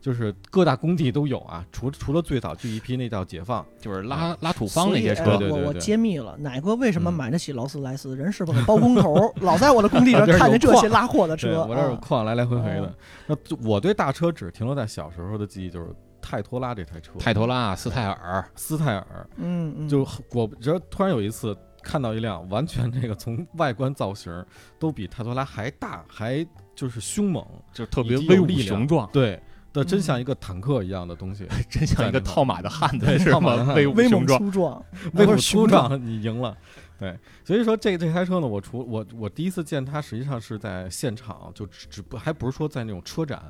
S7: 就是各大工地都有啊，除除了最早第一批那叫解放，
S6: 就是拉拉土方
S4: 所
S6: 那
S4: 以
S6: 些
S4: 哎
S6: 车，
S7: 对
S4: 我我
S7: 对
S4: 揭秘了奶哥为什么
S7: 嗯
S4: 买得起劳斯莱斯，人是不是很包工头儿，老在我的工地上
S7: 我啊这儿有
S4: 看见这
S7: 矿
S4: 些拉货的
S7: 对
S4: 车，
S7: 我这儿有
S4: 啊
S7: 矿来来回回
S4: 哦
S7: 的。那就我对大车只停留在小时候的记忆，就是泰托拉这台车，
S6: 泰托拉、斯泰尔，
S7: 斯泰尔，
S4: 嗯嗯，
S7: 就我这突然有一次看到一辆完全这个从外观造型都比泰多拉还大，还就是凶猛，
S6: 就特别
S7: 以及
S6: 威
S7: 有
S6: 武
S7: 力量
S6: 雄壮，
S7: 对的，
S4: 嗯
S7: 真
S4: 哎
S7: 像一个坦克一样的东西，
S6: 真像一个套马的汉子是
S7: 套马的
S6: 吗？
S7: 汉子
S6: 威武
S4: 威
S6: 雄
S4: 猛
S6: 壮，
S4: 粗壮，
S7: 威
S4: 不
S7: 武
S4: 是
S7: 雄
S4: 雄壮，
S7: 壮，你赢了。对，所以说这这台车呢，我除我我第一次见它，实际上是在现场，就只只不还不是说在那种车展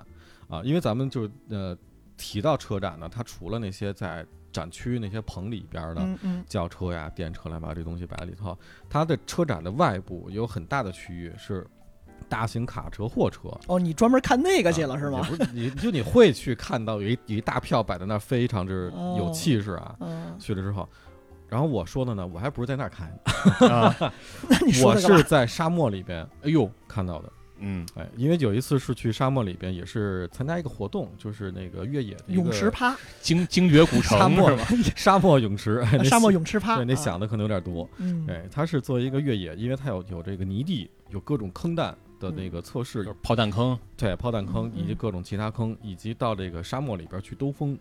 S7: 啊，因为咱们就呃提到车展呢，它除了那些在展区那些棚里边的，
S4: 嗯嗯，
S7: 轿车呀、电车来把这东西摆里头。它的车展的外部有很大的区域是大型卡车、货车。
S4: 哦，你专门看那个去了是
S7: 啊
S4: 吗？
S7: 也不是， 你就你会去看到有一有一大票摆在那儿，非常之有气势啊。
S4: 嗯，
S7: 去了之后，然后我说的呢，我还不是在那儿看，
S4: 那 你说
S7: 我
S4: 的干
S7: 是
S4: 嘛？
S7: 在沙漠里边
S6: 哎呦，
S7: 看到的。
S6: 嗯，
S7: 哎，因为有一次是去沙漠里边，也是参加一个活动，就是那个越野的一个
S4: 泳池趴，
S6: 精精绝古
S7: 沙
S6: 城
S7: 漠
S6: 是吧？
S7: 沙漠泳池，哎那
S4: 沙漠
S7: 想
S4: 泳池趴，
S7: 对，那
S4: 啊，
S7: 想的可能有点多。
S4: 嗯，
S7: 对，它是作为一个越野，因为它有有这个泥地，有各种坑蛋的那个测试，
S6: 就是炮弹坑，
S7: 对，炮弹坑
S4: 嗯
S7: 以及各种其他坑，以及到这个沙漠里边去兜风，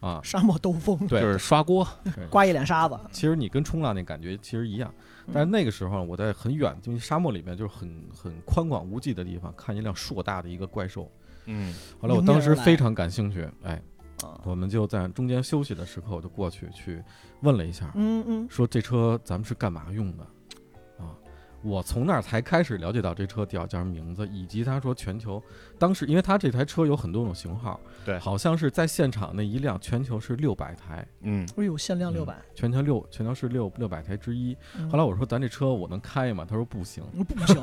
S7: 啊，
S4: 沙漠兜风，
S7: 对，
S6: 就是刷锅，
S4: 刮一脸沙子，
S7: 其实你跟冲浪那感觉其实一样，
S4: 嗯
S7: 但是那个时候我在很远，就是沙漠里面，就是很很宽广无际的地方，看一辆硕大的一个怪兽，
S6: 嗯，
S7: 后来我
S4: 迎面
S7: 当时
S4: 而来
S7: 非常感兴趣，哎，
S4: 啊
S7: 我们就在中间休息的时刻，我就过去去问了一下，
S4: 嗯嗯，
S7: 说这车咱们是干嘛用的啊？我从那儿才开始了解到这车叫叫什么名字，以及他说全球当时，因为他这台车有很多种型号，
S6: 对
S7: 好像是在现场那一辆全球是六百台，
S6: 嗯，
S4: 哎呦，限量六百、
S7: 全球六全球是六六百台之一。
S4: 嗯
S7: 后来我说咱这车我能开吗？他说 不行，
S4: 嗯不行，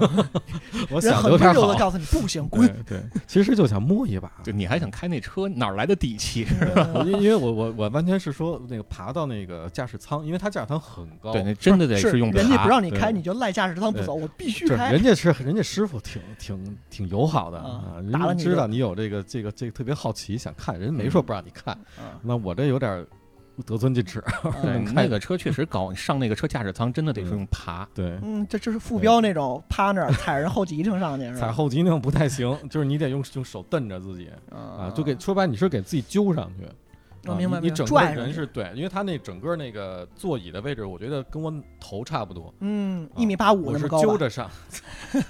S7: 我
S4: 人
S7: 想的
S4: 很
S7: 有
S4: 温
S7: 点
S4: 柔的
S7: 好。
S4: 告诉你不行，
S7: 对
S4: 滚。
S7: 对，其实就想摸一把，
S6: 就你还想开那车，哪儿来的底气？
S7: 我因因为我我我完全是说那个爬到那个驾驶舱，因为它驾驶舱很 高，
S6: 对，那真的得
S4: 是
S6: 用
S4: 人家
S6: 爬
S4: 不让你
S7: 对
S4: 开，你就赖驾驶舱不
S7: 对
S4: 走，我必须
S7: 就是
S4: 开
S7: 人。 家是人家师傅挺挺挺友好的
S4: 啊
S7: 啊，人
S4: 打了
S7: 家
S4: 你
S7: 知
S4: 就
S7: 道你有这个这个这个特别好奇想看，人家没说不让你看，
S4: 嗯
S7: 那我这有点得寸进尺，
S6: 对，
S7: 能
S6: 那
S7: 开
S6: 个车确实高，你上那个车驾驶舱真的得是用爬。
S7: 对，
S4: 嗯，这这是副标那种趴那儿踩人后脊梁上去是
S7: 踩
S4: 吧？
S7: 后脊梁不太行，就是你得用用手蹬着自己啊，
S4: 啊
S7: 就给说白了你是给自己揪上去。
S4: 我
S7: 啊
S4: 明白
S7: 你
S4: 明白
S7: 你整个
S4: 拽上
S7: 人
S4: 去
S7: 是对，因为他那整个那个座椅的位置，我觉得跟我头差不多，
S4: 嗯
S7: 啊
S4: 一米八五
S7: 我
S4: 那
S7: 是
S4: 么高吧，
S7: 揪 着上，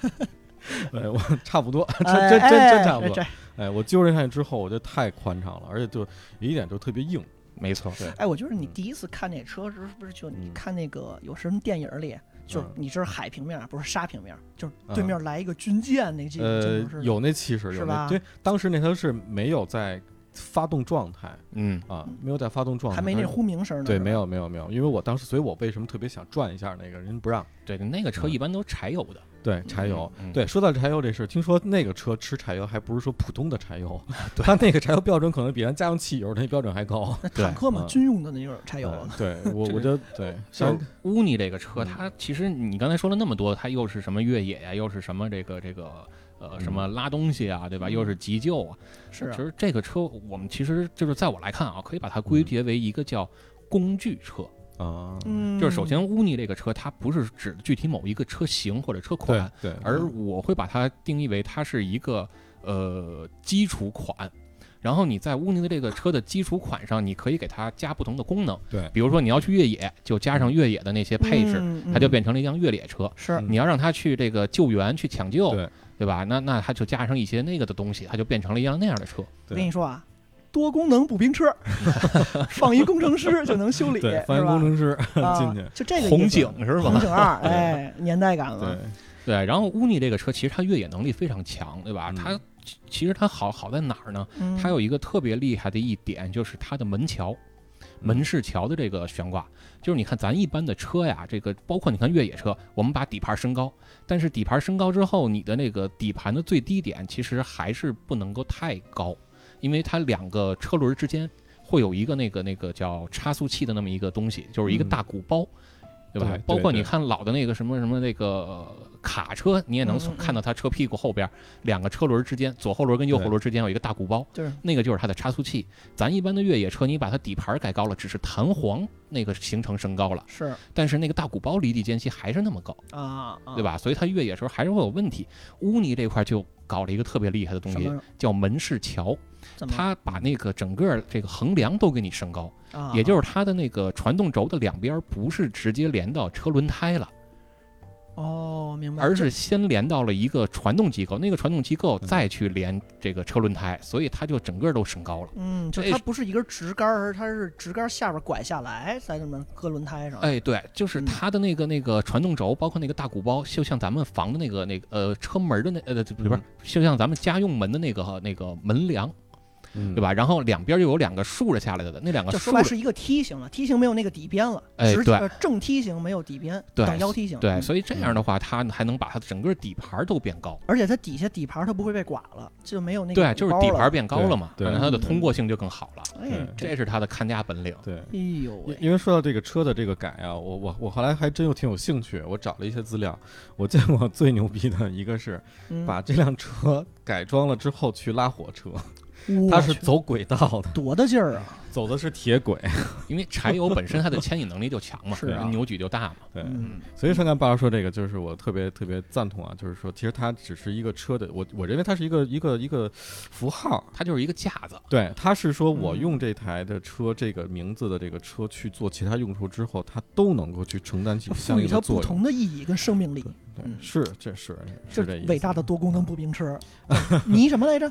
S7: 对我差不多， 真
S4: 哎
S7: 真真真
S4: 哎
S7: 差不
S4: 哎
S7: 多
S4: 这。
S7: 哎，我揪着上去之后，我觉得太宽敞了，而且就有一点就特别硬。
S6: 没错，
S7: 对
S4: 哎，我觉得你
S7: 嗯
S4: 第一次看那车时候，是不是就你
S7: 嗯
S4: 看那个有什么电影里，就是
S7: 嗯
S4: 你这是海平面，不是沙平面，就是对
S6: 嗯
S4: 面来一个军舰，那这
S7: 呃
S4: 真的，是
S7: 有那气势，
S4: 是
S7: 有
S4: 吧
S7: 那对，当时那它是没有在发动状态
S6: 嗯，
S7: 啊，没有在发动状态，
S4: 还没那
S7: 它是
S4: 呼鸣声呢，
S7: 对，
S4: 是吧
S7: 没有没有没有，因为我当时，所以我为什么特别想转一下那个人不让
S6: 对，那个车一般都柴油的，
S7: 对柴油。
S6: 嗯
S7: 对，说到柴油这事，听说那个车吃柴油还不是说普通的柴 油，它那个柴油标准可能比咱家用汽油那标准还高。
S4: 那坦克嘛，
S7: 嗯
S4: 军用的那种柴油，
S7: 嗯 对我
S6: 这
S7: 我就对，
S6: 像
S7: 像
S6: 乌尼这个车，它其实你刚才说了那么多，它又是什么越野呀、又是什么这个这个呃什么拉东西啊，对吧？又是急救啊。
S4: 是
S6: 其实这个车，我们其实就是在我来看啊，可以把它归结为一个叫工具车。
S7: 啊，
S4: 嗯，
S6: 就是首先乌尼这个车，它不是指具体某一个车型或者车
S7: 对
S6: 款，
S7: 对，
S6: 而我会把它定义为它是一个呃基础款。然后你在乌尼的这个车的基础款上，你可以给它加不同的功能。
S7: 对
S6: 比如说你要去越野，就加上越野的那些配置，
S4: 嗯
S6: 它就
S4: 嗯
S6: 变成了一辆越野车。
S4: 是
S7: 嗯
S6: 你要让它去这个救援、去抢救，
S7: 对
S6: 吧？那那它就加上一些那个的东西，它就变成了一辆那样的车。
S4: 我
S7: 对
S4: 跟你说啊，多功能步兵车， 放一工程师就能修理，
S7: 对
S4: 是，
S7: 翻译工
S4: 吧？
S7: 程师进
S4: 啊
S7: 去，，
S4: 就这个
S6: 红
S4: 意思
S6: 警是吧
S4: 红警二，
S7: 对
S4: 哎，年代感了
S7: 对，。嗯
S6: 对，然后乌尼这个车其实它越野能力非常强，对吧？
S7: 嗯
S6: 它其其实它好好在哪儿呢？
S4: 嗯
S6: 它有一个特别厉害的一点，就是它的门桥、门市桥的这个悬挂。就是你看咱一般的车呀，这个包括你看越野车，我们把底盘升高，但是底盘升高之后，你的那个底盘的最低点其实还是不能够太高，因为它两个车轮之间会有一个那个那个叫差速器的那么一个东西，就是一个
S7: 嗯
S6: 大鼓包。对吧
S7: 对？
S6: 包括
S7: 对
S6: 你
S7: 对
S6: 看老的那个什么什么那个呃卡车，你也能
S4: 嗯嗯嗯
S6: 看到它车屁股后边两个车轮之间，左后轮跟右后轮之间有一个大鼓包。
S4: 就是
S6: 那个就是它的差速器。咱一般的越野车，你把它底盘改高了，只是弹簧那个行程升高了，
S4: 是
S6: 但是那个大鼓包离地间隙还是那么高，
S4: 啊，啊
S6: 对？吧？所以它越野时候还是会有问题。乌尼这块就搞了一个特别厉害的东
S4: 什
S6: 西，
S4: 么
S6: 叫门市桥，
S4: 怎么？
S6: 它把那个整个这个横梁都给你升高，
S4: 啊
S6: 也就是它的那个传动轴的两边不是直接连到车轮胎了，
S4: 哦，明白，
S6: 而
S4: 就是
S6: 先连到了一个传动机构，那个传动机构
S4: 嗯
S6: 再去连这个车轮胎，所以它就整个都升高了。
S4: 嗯，就
S6: 这
S4: 它不是一根直杆儿，它是直杆儿下边拐下来，在那么搁轮胎上。
S6: 哎，对，就是
S4: 嗯
S6: 它的那个那个传动轴，包括那个大鼓包，就像咱们房的那个那个呃车门的那呃不是，
S7: 嗯
S6: 就像咱们家用门的那个那个门梁，
S7: 嗯
S6: 对吧？然后两边又有两个竖着下来的，那两个
S4: 就
S6: 竖
S4: 说白
S6: 着，
S4: 是一个梯形了，梯形没有那个底边了，
S6: 哎
S4: 直
S6: 对
S4: 呃正梯形没有底边，
S6: 对
S4: 等腰梯形。
S6: 对，
S4: 嗯
S6: 所以这样的话，它还能把它的整个底盘都变高，
S4: 而且它底下底盘它不会被剐了，就没有那个
S6: 对，就是底盘嗯
S4: 包了。嗯
S6: 变高了嘛，
S7: 对
S6: 那它的通过性就更好了，
S4: 哎，
S6: 这是它的看家本领。
S7: 对。
S4: 哎呦
S7: 因
S4: 喂，
S7: 因为说到这个车的这个改啊，我我我后来还真有挺有兴趣，我找了一些资料，我见过最牛逼的一个是
S4: 嗯
S7: 把这辆车改装了之后去拉火车，
S4: 我
S7: 它是
S4: 去
S7: 走轨道的，
S4: 多大劲儿啊！
S7: 走的是铁轨。
S6: 因为柴油本身它的牵引能力就强嘛，
S4: 是啊
S6: 扭矩就大嘛。
S7: 对，
S4: 嗯，
S7: 所以说刚才巴老说这个，就是我特别特别赞同啊，就是说其实它只是一个车的，我我认为它是一个一个一个符号，
S6: 它就是一个架子，
S7: 对，它是说我
S4: 嗯
S7: 用这台的车这个名字的这个车去做其他用途之后，它都能够去承担起
S4: 就哦赋
S7: 相
S4: 予
S7: 应
S4: 它
S7: 的
S4: 不
S7: 作用。
S4: 同的意义跟生命力，
S7: 对
S4: 嗯
S7: 是，这是
S4: 就是
S7: 这意思
S4: 伟大的多功能步兵车。你什么来着？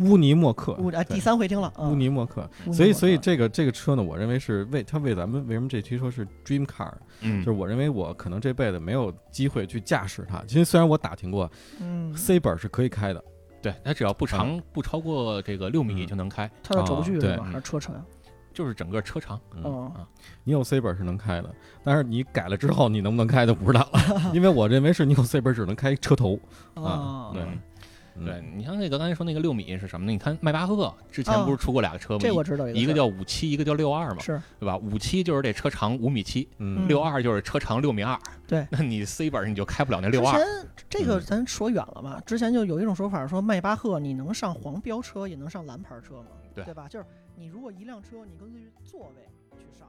S7: 乌尼莫克，
S4: 乌啊，
S7: 对
S4: 第三回听了，嗯
S7: 乌尼莫克。
S4: 乌尼
S7: 所以，
S4: 莫克
S7: 所以这个这个车呢，我认为是为它为咱们为什么这期说是 dream car，
S6: 嗯
S7: 就是我认为我可能这辈子没有机会去驾驶它。其实虽然我打听过
S4: 嗯，
S7: ，C 本是可以开的，
S6: 对，它只要不长不超过这个六
S4: 嗯
S6: 米就能开，
S4: 它的轴距是
S7: 啊
S4: 吧？
S7: 对
S6: 嗯
S4: 还是车长？
S6: 就是整个车长。
S7: 嗯
S4: 哦，
S7: 你有 C 本是能开的，但是你改了之后你能不能开就不知道 了，因为我认为是你有 C 本只能开车头啊
S4: 哦，
S7: 对
S6: 嗯
S7: 嗯
S6: 对你像那个刚才说那个六米是什么呢？你看迈巴赫之前
S4: 啊
S6: 不是出过俩车吗？
S4: 这我知道
S6: 一
S4: 个
S6: 个
S4: 事儿
S6: 叫五七，一个叫六二嘛，
S4: 是
S6: 对吧？五七就是这车长五米七，
S7: 嗯
S6: 六二就是车长六米二。
S4: 对，
S6: 那你 C 本你就开不了那
S4: 之
S6: 六
S4: 前
S6: 二。嗯
S4: 这个咱说远了嘛，之前就有一种说法说迈巴赫你能上黄标车也能上蓝牌车嘛，
S6: 对
S4: 对吧？就是你如果一辆车你根据座位去上。